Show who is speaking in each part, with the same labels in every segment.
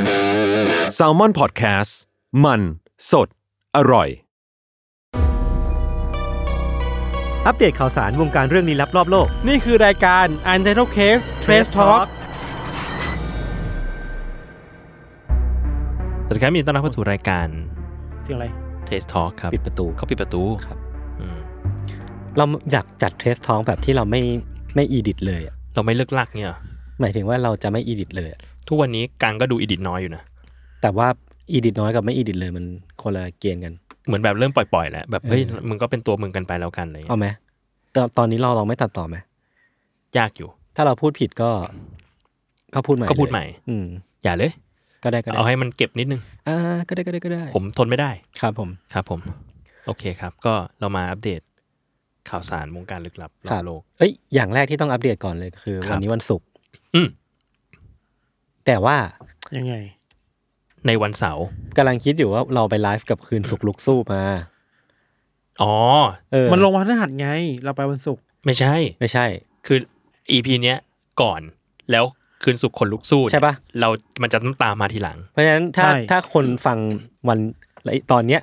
Speaker 1: s a l ม o n PODCAST มันสดอร่อย
Speaker 2: อัปเดตข่าวสารวงการเรื่องลี้ลับรอบโลก
Speaker 3: นี่คือรายการ u n t i t l e Case Trace Talk
Speaker 4: สวัสดีครับมีต้อนรับเข้าสู่รายการ
Speaker 3: เสียงอะไร
Speaker 4: Trace Talk ครับ
Speaker 2: ปิดประตู
Speaker 4: เขาปิดประตู
Speaker 2: ครับ
Speaker 4: อืม
Speaker 2: เราอยากจัดเทสท้องแบบที่เราไม่ไม่อีดิทเลยอะ
Speaker 4: เราไม่เลิกลักเนี่ย
Speaker 2: หมายถึงว่าเราจะไม่อีดิทเลยอะ
Speaker 4: ทุกวันนี้กังก็ดูอีดิทน้อยอยู่นะ
Speaker 2: แต่ว่าอีดิทน้อยกับไม่อีดิทเลยมันคนละเกณฑ์กัน
Speaker 4: เหมือนแบบเริ่มปล่อย ๆ แล้ว แบบเฮ้ย
Speaker 2: เออ
Speaker 4: มึงก็เป็นตัวมึงกันไปแล้วกันอะไร
Speaker 2: เอา
Speaker 4: เงี้ย
Speaker 2: ไหมตอนตอนนี้เราลองไม่ตัดต่อไหม
Speaker 4: ยากอยู่
Speaker 2: ถ้าเราพูดผิดก็ก็พูดใหม่
Speaker 4: ก็พูด
Speaker 2: เลย
Speaker 4: ใหม่
Speaker 2: อืม
Speaker 4: อย่าเลย
Speaker 2: ก็ได้ก็ได้
Speaker 4: เอาให้มันเก็บนิดนึง
Speaker 2: อ่าก็ได้ก็ได้ก็ได้
Speaker 4: ผมทนไม่ได้
Speaker 2: ครับผม
Speaker 4: ครับผม โอเคครับ ก็เรามาอัปเดตข่าวสารวงการลึกลับร
Speaker 2: ค
Speaker 4: อ
Speaker 2: รั
Speaker 4: บบ โลก
Speaker 2: เอ้ยอย่างแรกที่ต้องอัปเดตก่อนเลยคือ
Speaker 4: ครับ
Speaker 2: วันนี้วันศุกร์
Speaker 4: อืม
Speaker 2: แต่ว่า
Speaker 3: ยังไง
Speaker 4: ในวันเสาร์
Speaker 2: กำลังคิดอยู่ว่าเราไปไลฟ์กับคืนสุกร์ลุกสู้มา
Speaker 4: อ๋อ
Speaker 2: เออ
Speaker 3: มันลงวันพฤหัสไง เราไปวันศุกร์
Speaker 4: ไม่ใช่
Speaker 2: ไม่ใช่
Speaker 4: คือ EP เนี้ยก่อนแล้วคืนสุขคนลุกสู้เนี่ย
Speaker 2: ใช่ปะ
Speaker 4: เรามันจะต้องตามมาทีหลัง
Speaker 2: เพราะฉะนั้นถ้า
Speaker 3: ใช่
Speaker 2: ถ้าคนฟังวันตอนเนี้ย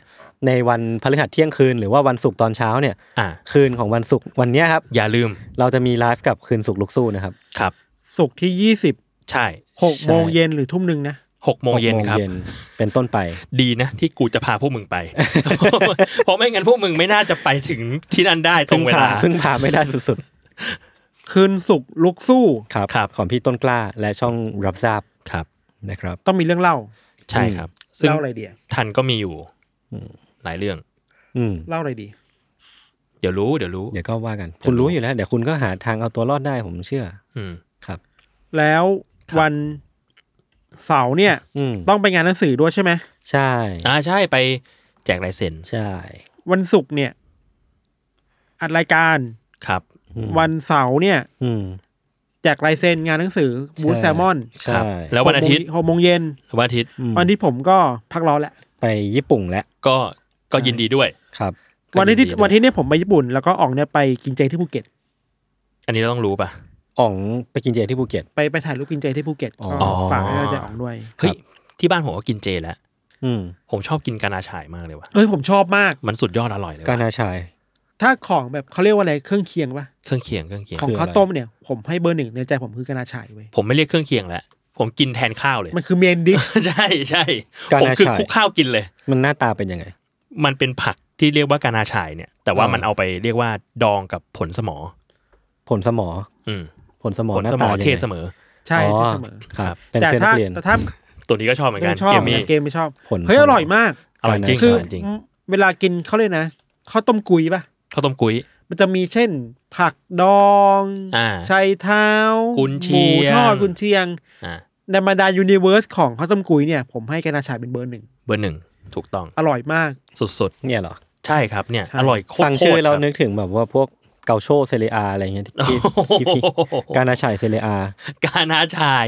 Speaker 2: ในวันพฤหัสเที่ยงคืน หรือว่าวันศุกร์ตอนเช้าเนี่ย
Speaker 4: อ่า
Speaker 2: คืนของวันศุกร์วันเนี้ยครับ
Speaker 4: อย่าลืม
Speaker 2: เราจะมีไลฟ์กับคืนศุกร์ลุกสู้นะครับ
Speaker 4: ครับ
Speaker 3: ศุกร์ที่ยี่สิบ
Speaker 4: ใช่
Speaker 3: หกโมง
Speaker 2: ใช่
Speaker 3: เย็นหรือทุ่มหนึ่งนะ
Speaker 4: หกโมงเย็น
Speaker 2: หก
Speaker 4: ครับ
Speaker 2: เป็นต้นไป
Speaker 4: ดีนะ ที่กูจะพาพวกมึง ไป เพราะไม่งั้นพวกมึงไม่น่าจะไปถึงที่นั่นได้ตร
Speaker 2: พึ่ง
Speaker 4: งเว
Speaker 2: พา
Speaker 4: ลา
Speaker 2: พึ่งพาไม่ได้สุด
Speaker 3: คืนศุกร์ลุกสู้
Speaker 2: ๆ ครับ
Speaker 4: ครับ
Speaker 2: ของพี่ต้นกล้าและช่องรับทราบ
Speaker 4: ครับ
Speaker 2: นะครับ
Speaker 3: ต้องมีเรื่องเล่า
Speaker 4: ใช่ครับ ซึ่ง
Speaker 3: เล่าอะไรเดีย
Speaker 4: ทันก็มีอยู่หลายเรื่อง
Speaker 2: อืม
Speaker 3: เล่าอะไรดี
Speaker 4: เดี๋ยวรู้ เดี๋ยวรู้
Speaker 2: เดี๋ยวก็ว่ากัน คุณรู้อยู่แล้ว เดี๋ยวคุณก็หาทางเอาตัวรอดได้ผมเชื่อ
Speaker 4: อืม
Speaker 2: ครับ
Speaker 3: แล้ว
Speaker 4: ครับ
Speaker 3: วันเสาร์เนี่ย
Speaker 2: อืม
Speaker 3: ต้องไปงานหนังสือด้วยใช่ไหม
Speaker 2: ใช่
Speaker 4: อ่าใช่ไปแจกลายเซ็น
Speaker 2: ใช่
Speaker 3: วันศุกร์เนี่ย อัดรายการ
Speaker 4: ครับ
Speaker 2: อืม
Speaker 3: วันเสาร์เนี่ย
Speaker 2: อืม
Speaker 3: แจกลายเซ็นงานหนังสือบูธ
Speaker 2: ใช่
Speaker 3: แซลมอน
Speaker 4: ค
Speaker 2: ใช่
Speaker 4: รับ แล้ววันอาทิตย์
Speaker 3: หกโมงเย็น
Speaker 4: วันอาทิตย์
Speaker 2: อืม
Speaker 3: วันที่ผมก็พักร้อนแหละ
Speaker 2: ไปญี่ปุ่นแล้ว
Speaker 4: ก็ก็ยินดีด้วย
Speaker 2: ครับ
Speaker 4: ก็
Speaker 3: วัน
Speaker 4: ยิ
Speaker 3: ที่
Speaker 4: ดีด้ย
Speaker 3: วันที่เนี่ยผมไปญี่ปุ่น แล้วก็ออกเนี่ยไปกินเจที่ภูเก็ต
Speaker 4: อันนี้เราต้องรู้ป่ะ
Speaker 2: อ๋องไปกินเจที่ภูเก็ต
Speaker 3: ไปไปถ่ายรูปกินเจที่ภูเก็ต
Speaker 2: อ๋อ
Speaker 3: ก็ฝากให้เราจะออกด้วย
Speaker 4: เฮ้ยที่บ้านผมก็กินเจแล้ว
Speaker 2: อืม
Speaker 4: ผมชอบกินกานาฉายมากเลยว่ะ
Speaker 3: เอ้ยผมชอบมาก
Speaker 4: มันสุดยอดอร่อยเลย
Speaker 2: กา
Speaker 4: ว่ะ
Speaker 2: นาชาย
Speaker 3: ถ้าของแบบเขาเรียกว่าอะไรเครื่องเคียงปะ
Speaker 4: เครื่องเคียงเครื่องเคียง
Speaker 3: ของ
Speaker 2: คืออะไร
Speaker 3: ข้าวต้มเนี่ย ผมให้เบอร์หนึ่งในใจผมคือกานาชายเว้ย
Speaker 4: ผมไม่เรียกเครื่องเคียงแล้ว ผมกินแทนข้าวเลย
Speaker 3: มันคือเมนดิช
Speaker 4: ใช่ใช่
Speaker 2: กา
Speaker 4: ผม
Speaker 2: นา
Speaker 4: คือ
Speaker 2: ฉาย
Speaker 4: คลุกข้าวกินเลย
Speaker 2: มันหน้าตาเป็นยังไง
Speaker 4: มันเป็นผักที่เรียกว่ากานาชายเนี่ย แต่ว่า
Speaker 2: อ่ามั
Speaker 4: มันเอาไปเรียกว่าดองกับผลสมอ
Speaker 2: ผลสมอ
Speaker 4: อืม
Speaker 2: ผลสมอ
Speaker 4: ผล
Speaker 2: หน้า
Speaker 4: สม
Speaker 2: ตา
Speaker 4: อ
Speaker 2: ยังไง
Speaker 4: เทเสมอ
Speaker 3: ใช่ที่เสมอ
Speaker 2: ครั
Speaker 4: ครับ บ
Speaker 2: เป็น
Speaker 3: แต่
Speaker 2: เพื่อนนั
Speaker 3: ถ้าก
Speaker 2: เรียน
Speaker 3: แต่ถ้า
Speaker 4: ตัวนี้ก็ชอบเหมือนกัน
Speaker 3: ไม่ชอบ
Speaker 4: เกม
Speaker 3: เหมือน
Speaker 4: มี่
Speaker 3: กันเกมไม่ชอบ
Speaker 2: ผล
Speaker 3: เฮ้ย
Speaker 2: สมอ
Speaker 3: อ
Speaker 2: อ
Speaker 3: ร่อยมาก
Speaker 4: อร่อยจริง
Speaker 2: คื
Speaker 3: คือ อ
Speaker 4: ร่อยจริง
Speaker 3: เวลากินเขาเลยกนะข้าวต้มกุยปะ
Speaker 4: ข้าวต้มกุ้ย
Speaker 3: มันจะมีเช่น ผักดอง
Speaker 4: อ่า
Speaker 3: ชัยเท้า
Speaker 4: กุนเชียง
Speaker 3: หมูทอดกุนเชียง
Speaker 4: อ่า
Speaker 3: ในบรรดายูนิเวอร์สของข้าวต้มกุยเนี่ย ผมให้กานาชายเป็นเบอร์หนึ่ง
Speaker 4: เบอร์หนึ่งถูกต้อง
Speaker 3: อร่อยมาก
Speaker 4: สุด
Speaker 2: เนี่ยเหรอ
Speaker 4: ๆ ใช่ครับเนี่ย
Speaker 3: ใช่
Speaker 4: อร่อยโคตร
Speaker 2: ฟังชื่อ
Speaker 4: โคต
Speaker 2: เรา
Speaker 4: ครับ
Speaker 2: นึกถึงแบบว่าพวกเกาโชเซเรียอะไรเงี้ยที่ที่
Speaker 4: โอ้โห
Speaker 2: ที่ที่กานาชายเซเรีย
Speaker 4: กานาชาย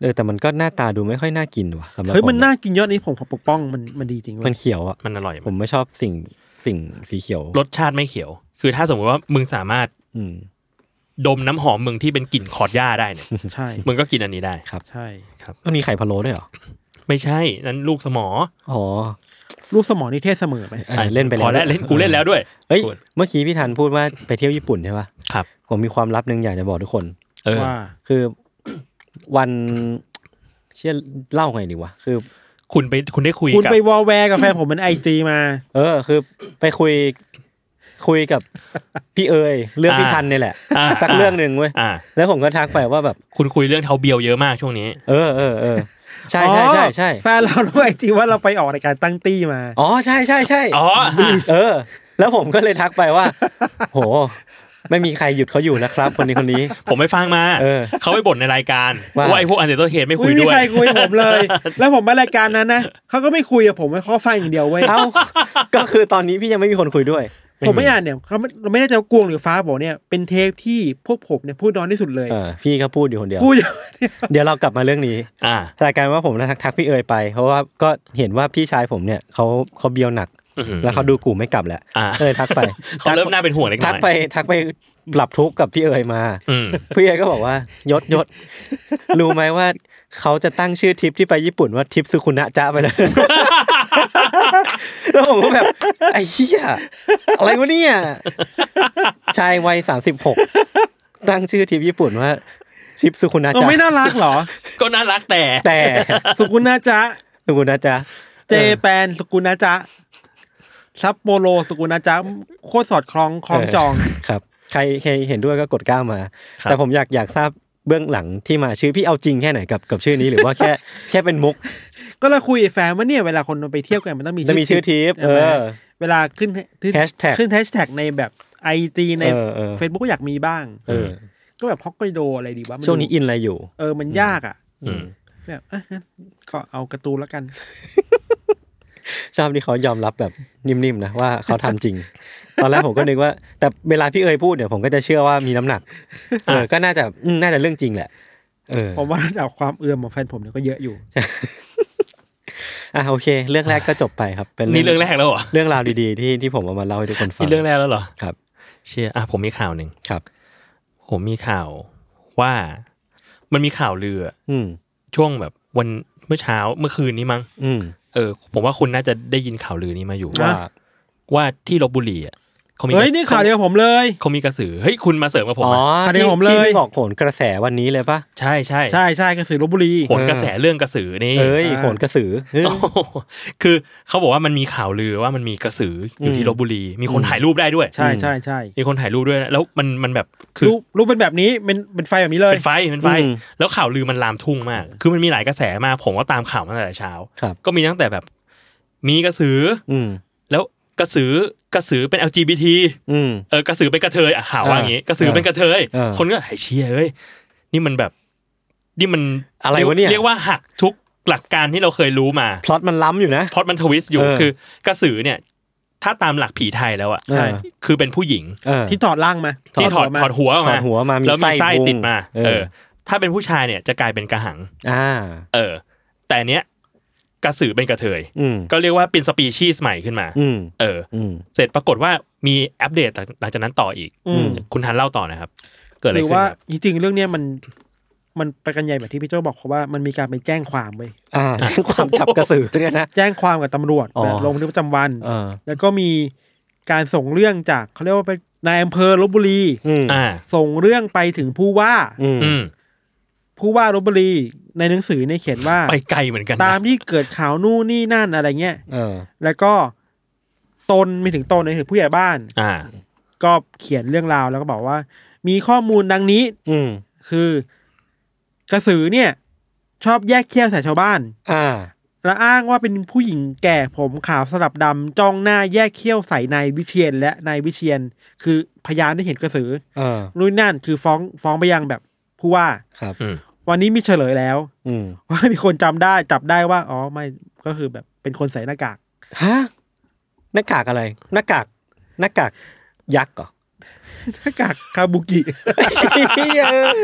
Speaker 2: เออแต่มันก็หน้าตาดูไม่ค่อยน่ากินว่ะสำหรับ
Speaker 3: เฮ้ยมัน
Speaker 2: ผ
Speaker 3: น่ากินยอดนี้ผมขอปกป้องมันมันดีจริงเว้
Speaker 2: มั
Speaker 3: ย
Speaker 2: นเขียวอ่ะ
Speaker 4: มันอร่อ
Speaker 2: ผม
Speaker 4: ยาก
Speaker 2: มไม่ชอบสิ่งสิ่งสีเขียว
Speaker 4: รสชาติไม่เขียว คือถ้าสมมติว่ามึงสามารถ
Speaker 2: อืม
Speaker 4: ดมน้ำหอมมึงที่เป็นกลิ่นคอร์ดย่าได้เนี่ย
Speaker 3: ใช่
Speaker 4: มึงก็กินอันนี้ได้
Speaker 2: ครับ
Speaker 3: ใช่
Speaker 2: มันมีไข่พะโล้ด้วยเหรอ
Speaker 4: ไม่ใช่นั่นลูกสมอ
Speaker 2: อ๋อ
Speaker 3: รูปสมอนี่เท่เสมอไหม
Speaker 2: เออเล่นไปแล้ว
Speaker 4: พอแล้วเล่นกูเล่นแล้วด้วย
Speaker 2: เฮ้ย
Speaker 4: กู
Speaker 2: เมื่อกี้พี่ธันพูดว่าไปเที่ยวญี่ปุ่นใช่ป่ะ
Speaker 4: ครับ
Speaker 2: ผมมีความลับหนึ่งอยากจะบอกทุกคน
Speaker 4: เออ
Speaker 3: ว่า
Speaker 2: คือ วันเชื่อเล่าไงดีวะคือ
Speaker 4: คุณไปคุณได้คุย
Speaker 3: คุณ
Speaker 4: กับ
Speaker 3: ไปวอลแวร์กับแฟนผมเป็นไอจีมา
Speaker 2: เออ คือไปคุยคุยกับ พี่เอ๋ยเรื่องพี่ทันเนี่ยแหละ
Speaker 4: า
Speaker 2: สักเรื่องหนึ่งเว้ย
Speaker 4: อ่า
Speaker 2: แล้วผมก็ทักไปว่าแบบ
Speaker 4: คุณคุยเรื่องเทาเบียวเยอะมากช่วงนี้
Speaker 2: เออเออเออใช่ใช่ใช่ใช่
Speaker 3: แฟนเรา ด้วยไอจีว่าเราไปออกรายการตั้งตี้มา
Speaker 2: อ๋อใช่ใช่ใช่
Speaker 4: อ๋อฮะ
Speaker 2: เออ แล้วผมก็เลยทักไปว่า โห ไม่มีใครหยุดเขาอยู่นะครับ คนนี้คนนี้
Speaker 4: ผมไปฟังมา
Speaker 2: เออ
Speaker 4: เขาไปบ่นในรายการ
Speaker 2: ว่า
Speaker 4: ว่าไอ้พวกอันเดอร์เทนไม่คุย
Speaker 3: ไม่มี
Speaker 4: ด้วย
Speaker 3: ใครคุยกับผมเลย แล้วผมมารายการนั้นนะเขาก็ไม่คุยกับผมเขาฟังอย่างเดียวเว้ย
Speaker 2: เอ้าก็คือตอนนี้พี่ยังไม่มีคนคุยด้วย
Speaker 3: ผมไม่อ่านเนี่ยเขาไม่เราไม่แน่ใจว่ากวงหรือฟ้าบอกเนี่ยเป็นเทปที่พวกผมเนี่ยพูดน้อยที่สุดเลย
Speaker 2: เออ พี่ก็พูดอยู่คนเดียว
Speaker 3: พูดอย่าง
Speaker 2: เดี๋ยวเรากลับมาเรื่องนี้
Speaker 4: อ่า
Speaker 2: แต่กลารว่าผมทักทักพี่เอ๋ยไป เพราะว่าก็เห็นว่าพี่ชายผมเนี่ยเขาเขาเบียวหนัก
Speaker 4: อื้อหือ
Speaker 2: แล้วเขาดูกูไม่กลับแหละ
Speaker 4: อ่า
Speaker 2: ก็เลยทักไป
Speaker 4: เขาเริ่มหน้าเป็นห่วงเล็กน้
Speaker 2: ทัก
Speaker 4: อย
Speaker 2: ไปทักไปปรับทุกข์กับพี่เอ๋ยมา
Speaker 4: อืม
Speaker 2: พี่เอ๋ยก็บอกว่ายศยศรู้ไหมว่า เขาจะตั้งชื่อทริปที่ไปญี่ปุ่นว่าทริปสุคุนะจ้าไปเลย แล้วผมก็แบบ ไอ้เหี้ยอะไรวะเนี่ย ชายวัยสามสิบหกตั้งชื่อทริปญี่ปุ่นว่าทริปสุคุนะ
Speaker 3: เออ
Speaker 2: จ้า
Speaker 3: ไม่น่ารักเหร อ
Speaker 4: ก็น่ารักแต่
Speaker 2: แต่
Speaker 3: สุกุนาจะ
Speaker 2: สุคุนะจ้า
Speaker 3: เจแปนสุกุนาจะซัปโปโรสุกุนาจะโคตรสอดคล้องคล้องจอง
Speaker 2: ครับ ใครใครเห็นด้วยก็กดก้าวมา
Speaker 4: ครับ
Speaker 2: แต่ผมอยากอยากทราบเบื้องหลังที่มาชื่อพี่เอาจริงแค่ไหนกับกับชื่อนี้หรือว่า แค่ แค่เป็นมุก
Speaker 3: ก็เราคุยกับแฟนว่าเนี่ยเวลาคนมันไปเที่ยวกันมันต้องมี
Speaker 2: จะมีชื่อทริป
Speaker 3: ใช่
Speaker 2: เอ
Speaker 3: ไหม
Speaker 2: อ
Speaker 3: เวลาขึ้นขึ้น
Speaker 2: Hashtag
Speaker 3: ขึ้นแฮชแท็กในแบบไอจีใน
Speaker 2: เออเออ
Speaker 3: เฟซบุ๊กก็อยากมีบ้าง
Speaker 2: เออ
Speaker 3: ก็แบบฮอกไกโดอะไรดีวะมั
Speaker 2: ช่วงนี้อินอะไรอยู่
Speaker 3: เออมันยากอ่ะ
Speaker 4: อืม
Speaker 3: แบบอ่ะงั้นก็เอาการ์ตูนละกัน
Speaker 2: ชอบที่เขายอมรับแบบนิ่มๆนะว่าเขาทำจริง ตอนแรกผมก็นึกว่า แต่เวลาพี่เอ๋ยพูดเนี่ยผมก็จะเชื่อว่ามีน้ำหนักเออก็น่าจะอืมน่าจะเรื่องจริงแหละ เออ
Speaker 3: ผมว่าระดับความเอื้อมของแฟนผมเนี่ยก็เยอะอยู่
Speaker 2: อ่ะโอเค เรื่องแรกก็จบไปครับ เป็น
Speaker 4: นี่เรื่องแรกแล้วเหรอ
Speaker 2: เรื่องราวดีๆ ที่ที่ผมเอามาเล่าให้ทุกคนฟัง
Speaker 4: นี่เรื่องแรกแล้วเหรอ
Speaker 2: ครับ
Speaker 4: เชียอ่ะผมมีข่าวหนึ่ง
Speaker 2: ครับ
Speaker 4: ผมมีข่าวว่ามันมีข่าวลืออะ
Speaker 2: อืม
Speaker 4: ช่วงแบบวันเมื่อเช้าเมื่อคืนนี้มั้ง
Speaker 2: อืม
Speaker 4: เออผมว่าคุณน่าจะได้ยินข่าวลือนี้มาอยู่
Speaker 3: อ่ะ
Speaker 2: ว่า
Speaker 4: ว่าที่ลบบุรีอ่ะเขามี
Speaker 3: เฮ้ยนี่ข่าวเดียวผมเลย
Speaker 4: เขามีกระสือเฮ้ยคุณมาเสริมกับผม
Speaker 2: อ๋อ
Speaker 4: อะ
Speaker 3: คดี
Speaker 2: ที่
Speaker 3: ผมเลย
Speaker 2: ที่บอกโขนกระแสวันนี้เลยปะ
Speaker 4: ใช่ใช่
Speaker 3: ใช่ใช่กระสือลบบุรี
Speaker 4: ผลกระแสเรื่องกระสือนี่
Speaker 2: เอ้ยโขนกระสือเฮ้ย
Speaker 4: โอ้โหคือเขาบอกว่ามันมีข่าวลือว่ามันมีกระสืออยู่ที่
Speaker 2: อืม
Speaker 4: ลบบุรี มีคนถ่ายรูปได้ด้วย
Speaker 3: ใช่ใช่ใช่
Speaker 4: มีคนถ่ายรูปด้วยนะแล้วมันมันแบบคือ
Speaker 3: รูปรูปเป็นแบบนี้เป็นเป็นไฟแบบนี้เลย
Speaker 4: เป็นไฟเป็นไฟ
Speaker 2: อืม
Speaker 4: แล้วข่าวลือมันลามทุ่งมาก คือมันมีหลายกระแสมาก ผมก็ตามข่าวมาตั้งแต่เช้า
Speaker 2: ครับ
Speaker 4: ก็มีตั้งแต่แบบ มีกระสือ
Speaker 2: อืม
Speaker 4: แล้วกระสือกระสือเป็น LGBT
Speaker 2: อืม
Speaker 4: เออกระสือเป็นกระเทยอ่ะข่าวว่าอย่างงี้
Speaker 2: อ่าก
Speaker 4: ระสือเป็นกระเทย
Speaker 2: อ่า
Speaker 4: คนก็ไอ้เชียเอ้ย นี่มันแบบ นี่มัน
Speaker 2: อะไรวะเนี่ย
Speaker 4: เรียกว่าหักทุกหลักการที่เราเคยรู้มา
Speaker 2: พล็อตมันล้ำอยู่นะ
Speaker 4: เพราะมันทวิสต์อยู่
Speaker 2: เออ
Speaker 4: คือกระสือเนี่ย ถ้าตามหลักผีไทยแล้วอ่ะ
Speaker 2: เออ
Speaker 4: คือเป็นผู้หญิง
Speaker 2: เออ
Speaker 3: ที่ถอดร่างมา
Speaker 4: ที่ถอด
Speaker 3: มา
Speaker 4: ถอดหัวออก
Speaker 2: ถอ
Speaker 4: มา
Speaker 2: ดหัวมามี
Speaker 4: แล้วมี
Speaker 2: ไส้
Speaker 4: ไส้
Speaker 2: พุง
Speaker 4: ติดมา
Speaker 2: เออ
Speaker 4: เออ ถ้าเป็นผู้ชายเนี่ยจะกลายเป็นกระหัง
Speaker 2: อ่า
Speaker 4: เออ แต่เนี้ยกระสือเป็นกระเทย
Speaker 2: อืม
Speaker 4: ก็เรียกว่าเป็นสปีชีส์ใหม่ขึ้นมา
Speaker 2: อืม
Speaker 4: เออ
Speaker 2: อืม
Speaker 4: เสร็จปรากฏว่ามีอัปเดตหลังจากนั้นต่ออีก
Speaker 3: อืม
Speaker 2: อืม
Speaker 4: คุณทันเล่าต่อนะครับ เกิดอะไร
Speaker 3: คื
Speaker 4: ขึ้น
Speaker 3: ว่า
Speaker 4: ครับ
Speaker 3: จริงๆเรื่องเนี้ยมัน มันไปกันใหญ่แบบที่พี่โจ้บอกเพราะว่ามันมีการไปแจ้งความไป
Speaker 2: อ่าความจับกระสือเนี่ยนะ
Speaker 3: แจ้งความกับตำรวจ
Speaker 2: อ๋อ
Speaker 3: แบบลงบันทึกประจำวัน
Speaker 2: เออ
Speaker 3: แล้วก็มีการส่งเรื่องจากเขาเรียกว่าเป็นนายอำเภอลบบุรี
Speaker 2: อืม
Speaker 4: อ่า
Speaker 3: ส่งเรื่องไปถึงผู้ว่า
Speaker 2: อืม
Speaker 4: อืม
Speaker 3: ผู้ว่าลบบุรีในหนังสือเนี่ยเขียนว่า
Speaker 4: ไปไกลเหมือนกันนะ
Speaker 3: ตามที่เกิดข่าวนู่นนี่นั่นอะไรเงี้ย
Speaker 2: เออ
Speaker 3: แล้วก็ตนมีถึงตนในถึงผู้ใหญ่บ้าน
Speaker 4: อ่า
Speaker 3: ก็เขียนเรื่องราวแล้วก็บอกว่า มีข้อมูลดังนี้
Speaker 2: อืม
Speaker 3: คือ กระสือเนี่ย ชอบแยกเขี้ยวใส่ชาวบ้าน
Speaker 2: อ่า
Speaker 3: และอ้างว่าเป็นผู้หญิงแก่ผมขาวสลับดำจ้องหน้าแยกเขี้ยวใส่นายวิเชียนและนายวิเชียน คือพยานที่เห็นกระสือ
Speaker 2: เออ
Speaker 3: นู่นนั่นคือฟ้องฟ้องไปยังแบบผู้ว่า
Speaker 2: ครับ
Speaker 4: อืม
Speaker 3: วันนี้มีเฉลยแล้ว
Speaker 2: อืม
Speaker 3: ว่ามีคนจำได้จับได้ว่าอ๋อไม่ก็คือแบบเป็นคนใส่หน้ากาก
Speaker 2: ฮะหน้ากากอะไร หน้ากาก หน้ากากยักษ์เหรอ
Speaker 3: หน้ากากคาบุกิ
Speaker 2: เออ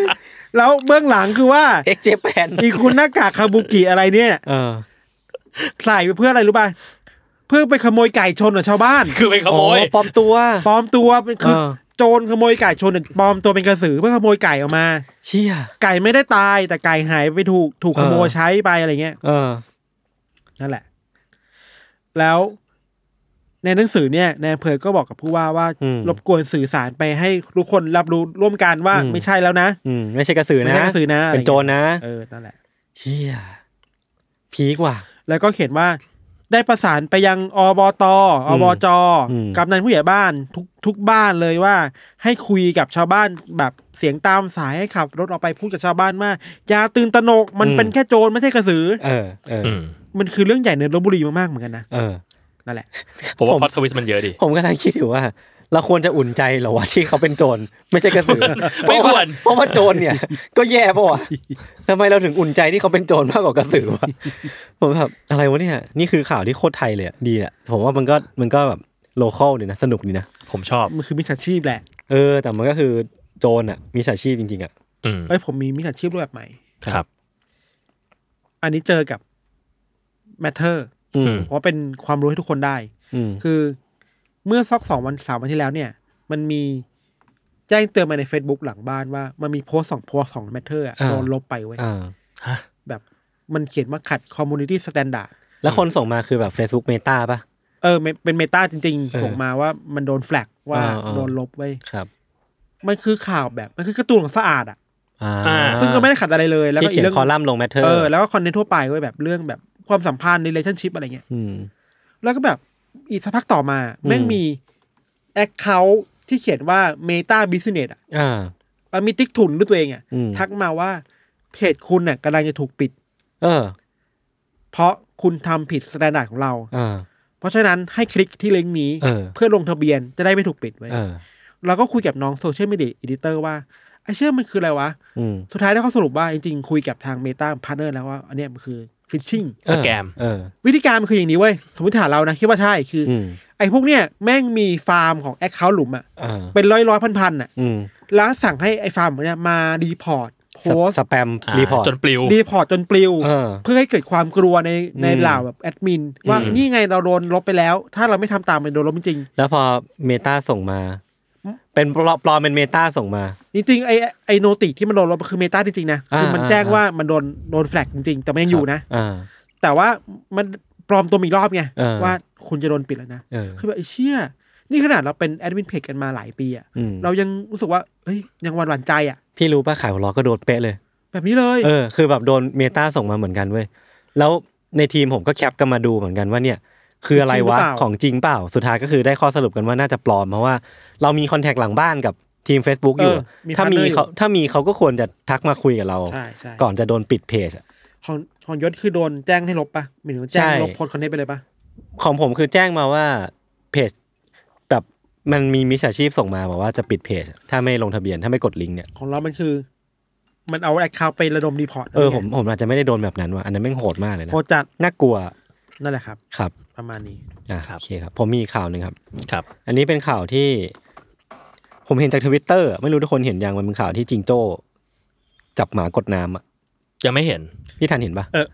Speaker 3: แล้วเบื้องหลังคือว่า
Speaker 2: เอ็กเจแปน
Speaker 3: อีคุณหน้ากากคาบุกิอะไรเนี่ย
Speaker 2: เออ
Speaker 3: ใส่ไปเพื่ออะไรรู้ป่ะเพื่อไปขโมยไก่ชนของชาวบ้าน
Speaker 4: คือไปขโมย
Speaker 2: อ๋อปลอมตัว
Speaker 3: ปลอมตัวเป็นคือ
Speaker 2: เออ
Speaker 3: โจรขโมยไก่ชนเนี่ยปลอมตัวเป็นกระสือเพื่อขโมยไก่ออกมา
Speaker 2: เชี่ย
Speaker 3: ไก่ไม่ได้ตายแต่ไก่หายไปถูกถูก
Speaker 2: เออ
Speaker 3: ขโมยใช้ไปอะไรเงี้ย
Speaker 2: เออ
Speaker 3: นั่นแหละ แล้วในหนังสือเนี่ยนายอำเภอก็บอกกับผู้ว่าว่า
Speaker 2: อืม
Speaker 3: รบกวนสื่อสารไปให้ทุกคนรับรู้ร่วมกันว่า
Speaker 2: อืม
Speaker 3: ไม่ใช่แล้วนะ
Speaker 2: อืมไม่ใช่กระสือ
Speaker 3: ไม่
Speaker 2: นะ
Speaker 3: ใช่กระสือนะ
Speaker 2: เป็นโจรนะ
Speaker 3: เออนั่นแหละ
Speaker 2: เชี่ยพีกว่ะ
Speaker 3: แล้วก็เขียนว่าได้ประสานไปยังอบตอบจ
Speaker 2: อืม
Speaker 3: กำนันผู้ใหญ่บ้านทุกทุกบ้านเลยว่า ให้คุยกับชาวบ้านแบบเสียงตามสายให้ขับรถออกไปพูดกับชาวบ้านว่าอย่าตื่นตระหนกมันเป็นแค่โจรไม่ใช่กระสือ
Speaker 2: เออ เออ
Speaker 4: อืม
Speaker 3: มันคือเรื่องใหญ่ในลบบุรีมากๆเหมือนกันนะ
Speaker 2: เออ
Speaker 3: นั่นแหละ
Speaker 4: ผมว่า
Speaker 2: ผม
Speaker 4: พอทวิสมันเยอะดิ
Speaker 2: ผมกำลังคิดอยู่ว่า เราควรจะอุ่นใจเหรอวะ ที่เขาเป็นโจรไม่ใช่กระสือ
Speaker 4: ไม่ควร
Speaker 2: เพาะาเพราะว่าโจรเนี่ย ก็แย่ป่ะวะทำไมเราถึงอุ่นใจที่เขาเป็นโจรมากกว่ากระสือวะ ผมแบบอะไรวะเนี่ยนี่คือข่าวที่โคตรไทยเลยอะดีอะผมว่ามันก็มันก็แบบโลคอลดีนะสนุกดีนะ
Speaker 4: ผมชอบ
Speaker 3: มันคือมิจฉาชีพแหละ
Speaker 2: เออ แต่มันก็คือโจรอะมีสาชีพจริงๆอะ
Speaker 4: อืม
Speaker 3: เอ้ยผมมีมิจฉาชีพรูปแบบใหม่
Speaker 4: ครับ
Speaker 3: อันนี้เจอกับ matter
Speaker 2: อืม
Speaker 3: เพราะว่าเป็นความรู้ให้ทุกคนได้
Speaker 2: อืม
Speaker 3: คือเมื่อสักสองวันสามวันที่แล้วเนี่ย มันมีแจ้งเตือนมาใน Facebook หลังบ้านว่า มันมีโพสต์สองโพสต์ของแมทเทอร์ลงลบไปเว้ย
Speaker 2: อ่า
Speaker 3: แบบมันเขียนว่าขัด community standard
Speaker 2: แล้วคนส่งมาคือแบบ Facebook Meta ปะ
Speaker 3: เออเมเป็นเมตาจริง
Speaker 2: เออ
Speaker 3: ๆ ส่งมาว่ามันโดนแฟลกว่า
Speaker 2: อ่าอ่า
Speaker 3: โดนลบไว้ย
Speaker 2: ครับ
Speaker 3: มันคือข่าวแบบมันคือการ์ตูนของสะอาดอ่ะ
Speaker 2: อ่า
Speaker 4: อ่า
Speaker 3: ซึ่งก็ไม่ได้ขัดอะไรเลย แล้ว
Speaker 2: ที่
Speaker 3: ก็อี
Speaker 2: เขี
Speaker 3: ก
Speaker 2: ยน
Speaker 3: เรื่อง
Speaker 2: คอลัมน์ลงแมทเทอร์
Speaker 3: เออแล้วก็คอนเทนต์ทั่วไปไว้ยแบบเรื่องแบบความสัมพันธ์ relationship อะไรเงี้ย
Speaker 2: อืม
Speaker 3: แล้วก็แบบอีกสักพักต่อมา
Speaker 2: อืม
Speaker 3: แม่งมีแอคเคาท์ที่เขียนว่า Meta Business อ่ะ
Speaker 2: อ่า
Speaker 3: มันมีติ๊กถุนด้วยตัวเองอ่ะ
Speaker 2: อืม
Speaker 3: ทักมาว่าเพจคุณน่ะกำลังจะถูกปิด
Speaker 2: เออ
Speaker 3: เพราะคุณทำผิดสแตนดาร์ดของเรา
Speaker 2: อ่า
Speaker 3: เพราะฉะนั้นให้คลิกที่ลิงก์นี้
Speaker 2: เออ
Speaker 3: เพื่อลงทะเบียนจะได้ไม่ถูกปิดไว้ย
Speaker 2: เออ
Speaker 3: เราก็คุยกับน้องโซเชียลมีเดียอดิเตอร์ว่าไอเชื่อมันคืออะไรวะ
Speaker 2: อืม
Speaker 3: สุดท้ายได้ข้อสรุปว่าจริงๆ คุยกับทางเมตาพาร์เนอร์แล้วว่า อันเนี้ยมันคือฟิชชิง
Speaker 4: สแกม
Speaker 2: เออ
Speaker 3: วิธีการมันคืออย่างนี้เว้ย สมมติฐานเรานะคิดว่าใช่คืออ
Speaker 2: อืม
Speaker 3: ไอพวกเนี้ยแม่งมีฟาร์มของแอคเคาท์หลุมอะ
Speaker 2: อ่า
Speaker 3: เป็นร้อยร้อยพันพันๆอะ
Speaker 2: อืม
Speaker 3: แล้วสั่งให้ไอฟาร์มเนี้ยมารีพอร์ตโพส
Speaker 2: สแปม
Speaker 4: อ่า
Speaker 2: รีพอร์ต
Speaker 4: จนปลิว
Speaker 3: รีพอร์ตจนปลิว
Speaker 2: เออ
Speaker 3: เพื่อให้เกิดความกลัวในใน
Speaker 2: อืม
Speaker 3: เหล่าแบบแอดมินว่า
Speaker 4: อืม
Speaker 3: นี่ไงเราโดนลบไปแล้ว ถ้าเราไม่ทำตามมันโดนลบจริง
Speaker 2: แล้วพอเมตาส่งมา เป็นปลอมปลอมเป็นเมตาส่งมา
Speaker 3: จริงๆไอไอโนติที่มันโดนลบมันคือเมตาจริงๆนะ
Speaker 2: อ่า
Speaker 3: คือมัน
Speaker 2: อ่า
Speaker 3: แจ้งว่ามันโดนโดนแฟลกจริงๆ แต่มันยังอยู่นะ
Speaker 2: อ่า
Speaker 3: แต่ว่ามันปลอมตัวมาอีกรอบไง
Speaker 2: เออ
Speaker 3: ว่าคุณจะโดนปิดแล้วนะ
Speaker 2: เออ
Speaker 3: คือแบบไอ้เชี่ยนี่ขนาดเราเป็นแอดมินเพจกันมาหลายปีอะ
Speaker 2: อืม
Speaker 3: เรายังรู้สึกว่าเฮ้ยยังหวั่นหวั่นใจอะ
Speaker 2: พี่รู้ป่ะขายหัวเราะก็โดนเป๊ะเลย
Speaker 3: แบบนี้เลย
Speaker 2: เออ คือแบบโดนเมตาส่งมาเหมือนกันเว้ย แล้วในทีมผมก็แคปกันมาดูเหมือนกันว่าเนี่ย คืออะไรวะ ของจริงเปล่า สุดท้ายก็คือได้ข้อสรุปกันว่าน่าจะปลอม เพราะว่าเรามีคอนแทคหลังบ้านกับทีม Facebook อยู่ ถ้ามีเขาถ้ามีเขาก็ควรจะทักมาคุยกับเรา
Speaker 3: ใช่ใช่
Speaker 2: ก่อนจะโดนปิดเพจอะ
Speaker 3: ของของยศคือโดนแจ้งให้ลบปะหมายถึงว่าแจ้งลบโพสต์คอนเทนต์ไปเลยปะ
Speaker 2: ของผมคือแจ้งมาว่าเพจแบบมันมีมิจฉาชีพส่งมาบอกว่าจะปิดเพจ ถ้าไม่ลงทะเบียนถ้าไม่กดลิงก์เนี่ย
Speaker 3: ของเรามันคือ มันเอาแอคเคาท์ไประดมรีพอร์ต
Speaker 2: เออผมผมอาจจะไม่ได้โดนแบบนั้นว่ะ อันนั้นแม่งโหดมากเลยนะ
Speaker 3: โพสต์จัด
Speaker 2: น่ากลัว
Speaker 3: นั่นแหละครับ
Speaker 2: ครับ
Speaker 3: ประมาณนี้
Speaker 2: อ่ะ
Speaker 4: ครับ
Speaker 2: โอเคครับ ผมมีอีกข่าวหนึ่งครับ
Speaker 4: ครับ
Speaker 2: อันนี้เป็นข่าวที่ ผมเห็นจากทวิตเตอร์ไม่รู้ทุกคนเห็นยังมันเป็นข่าวที่จิงโจ้จับหมากดน้ำอ่ะ
Speaker 4: ยังไม่เห็น
Speaker 2: พี่ทันเห็นปะ
Speaker 3: เออ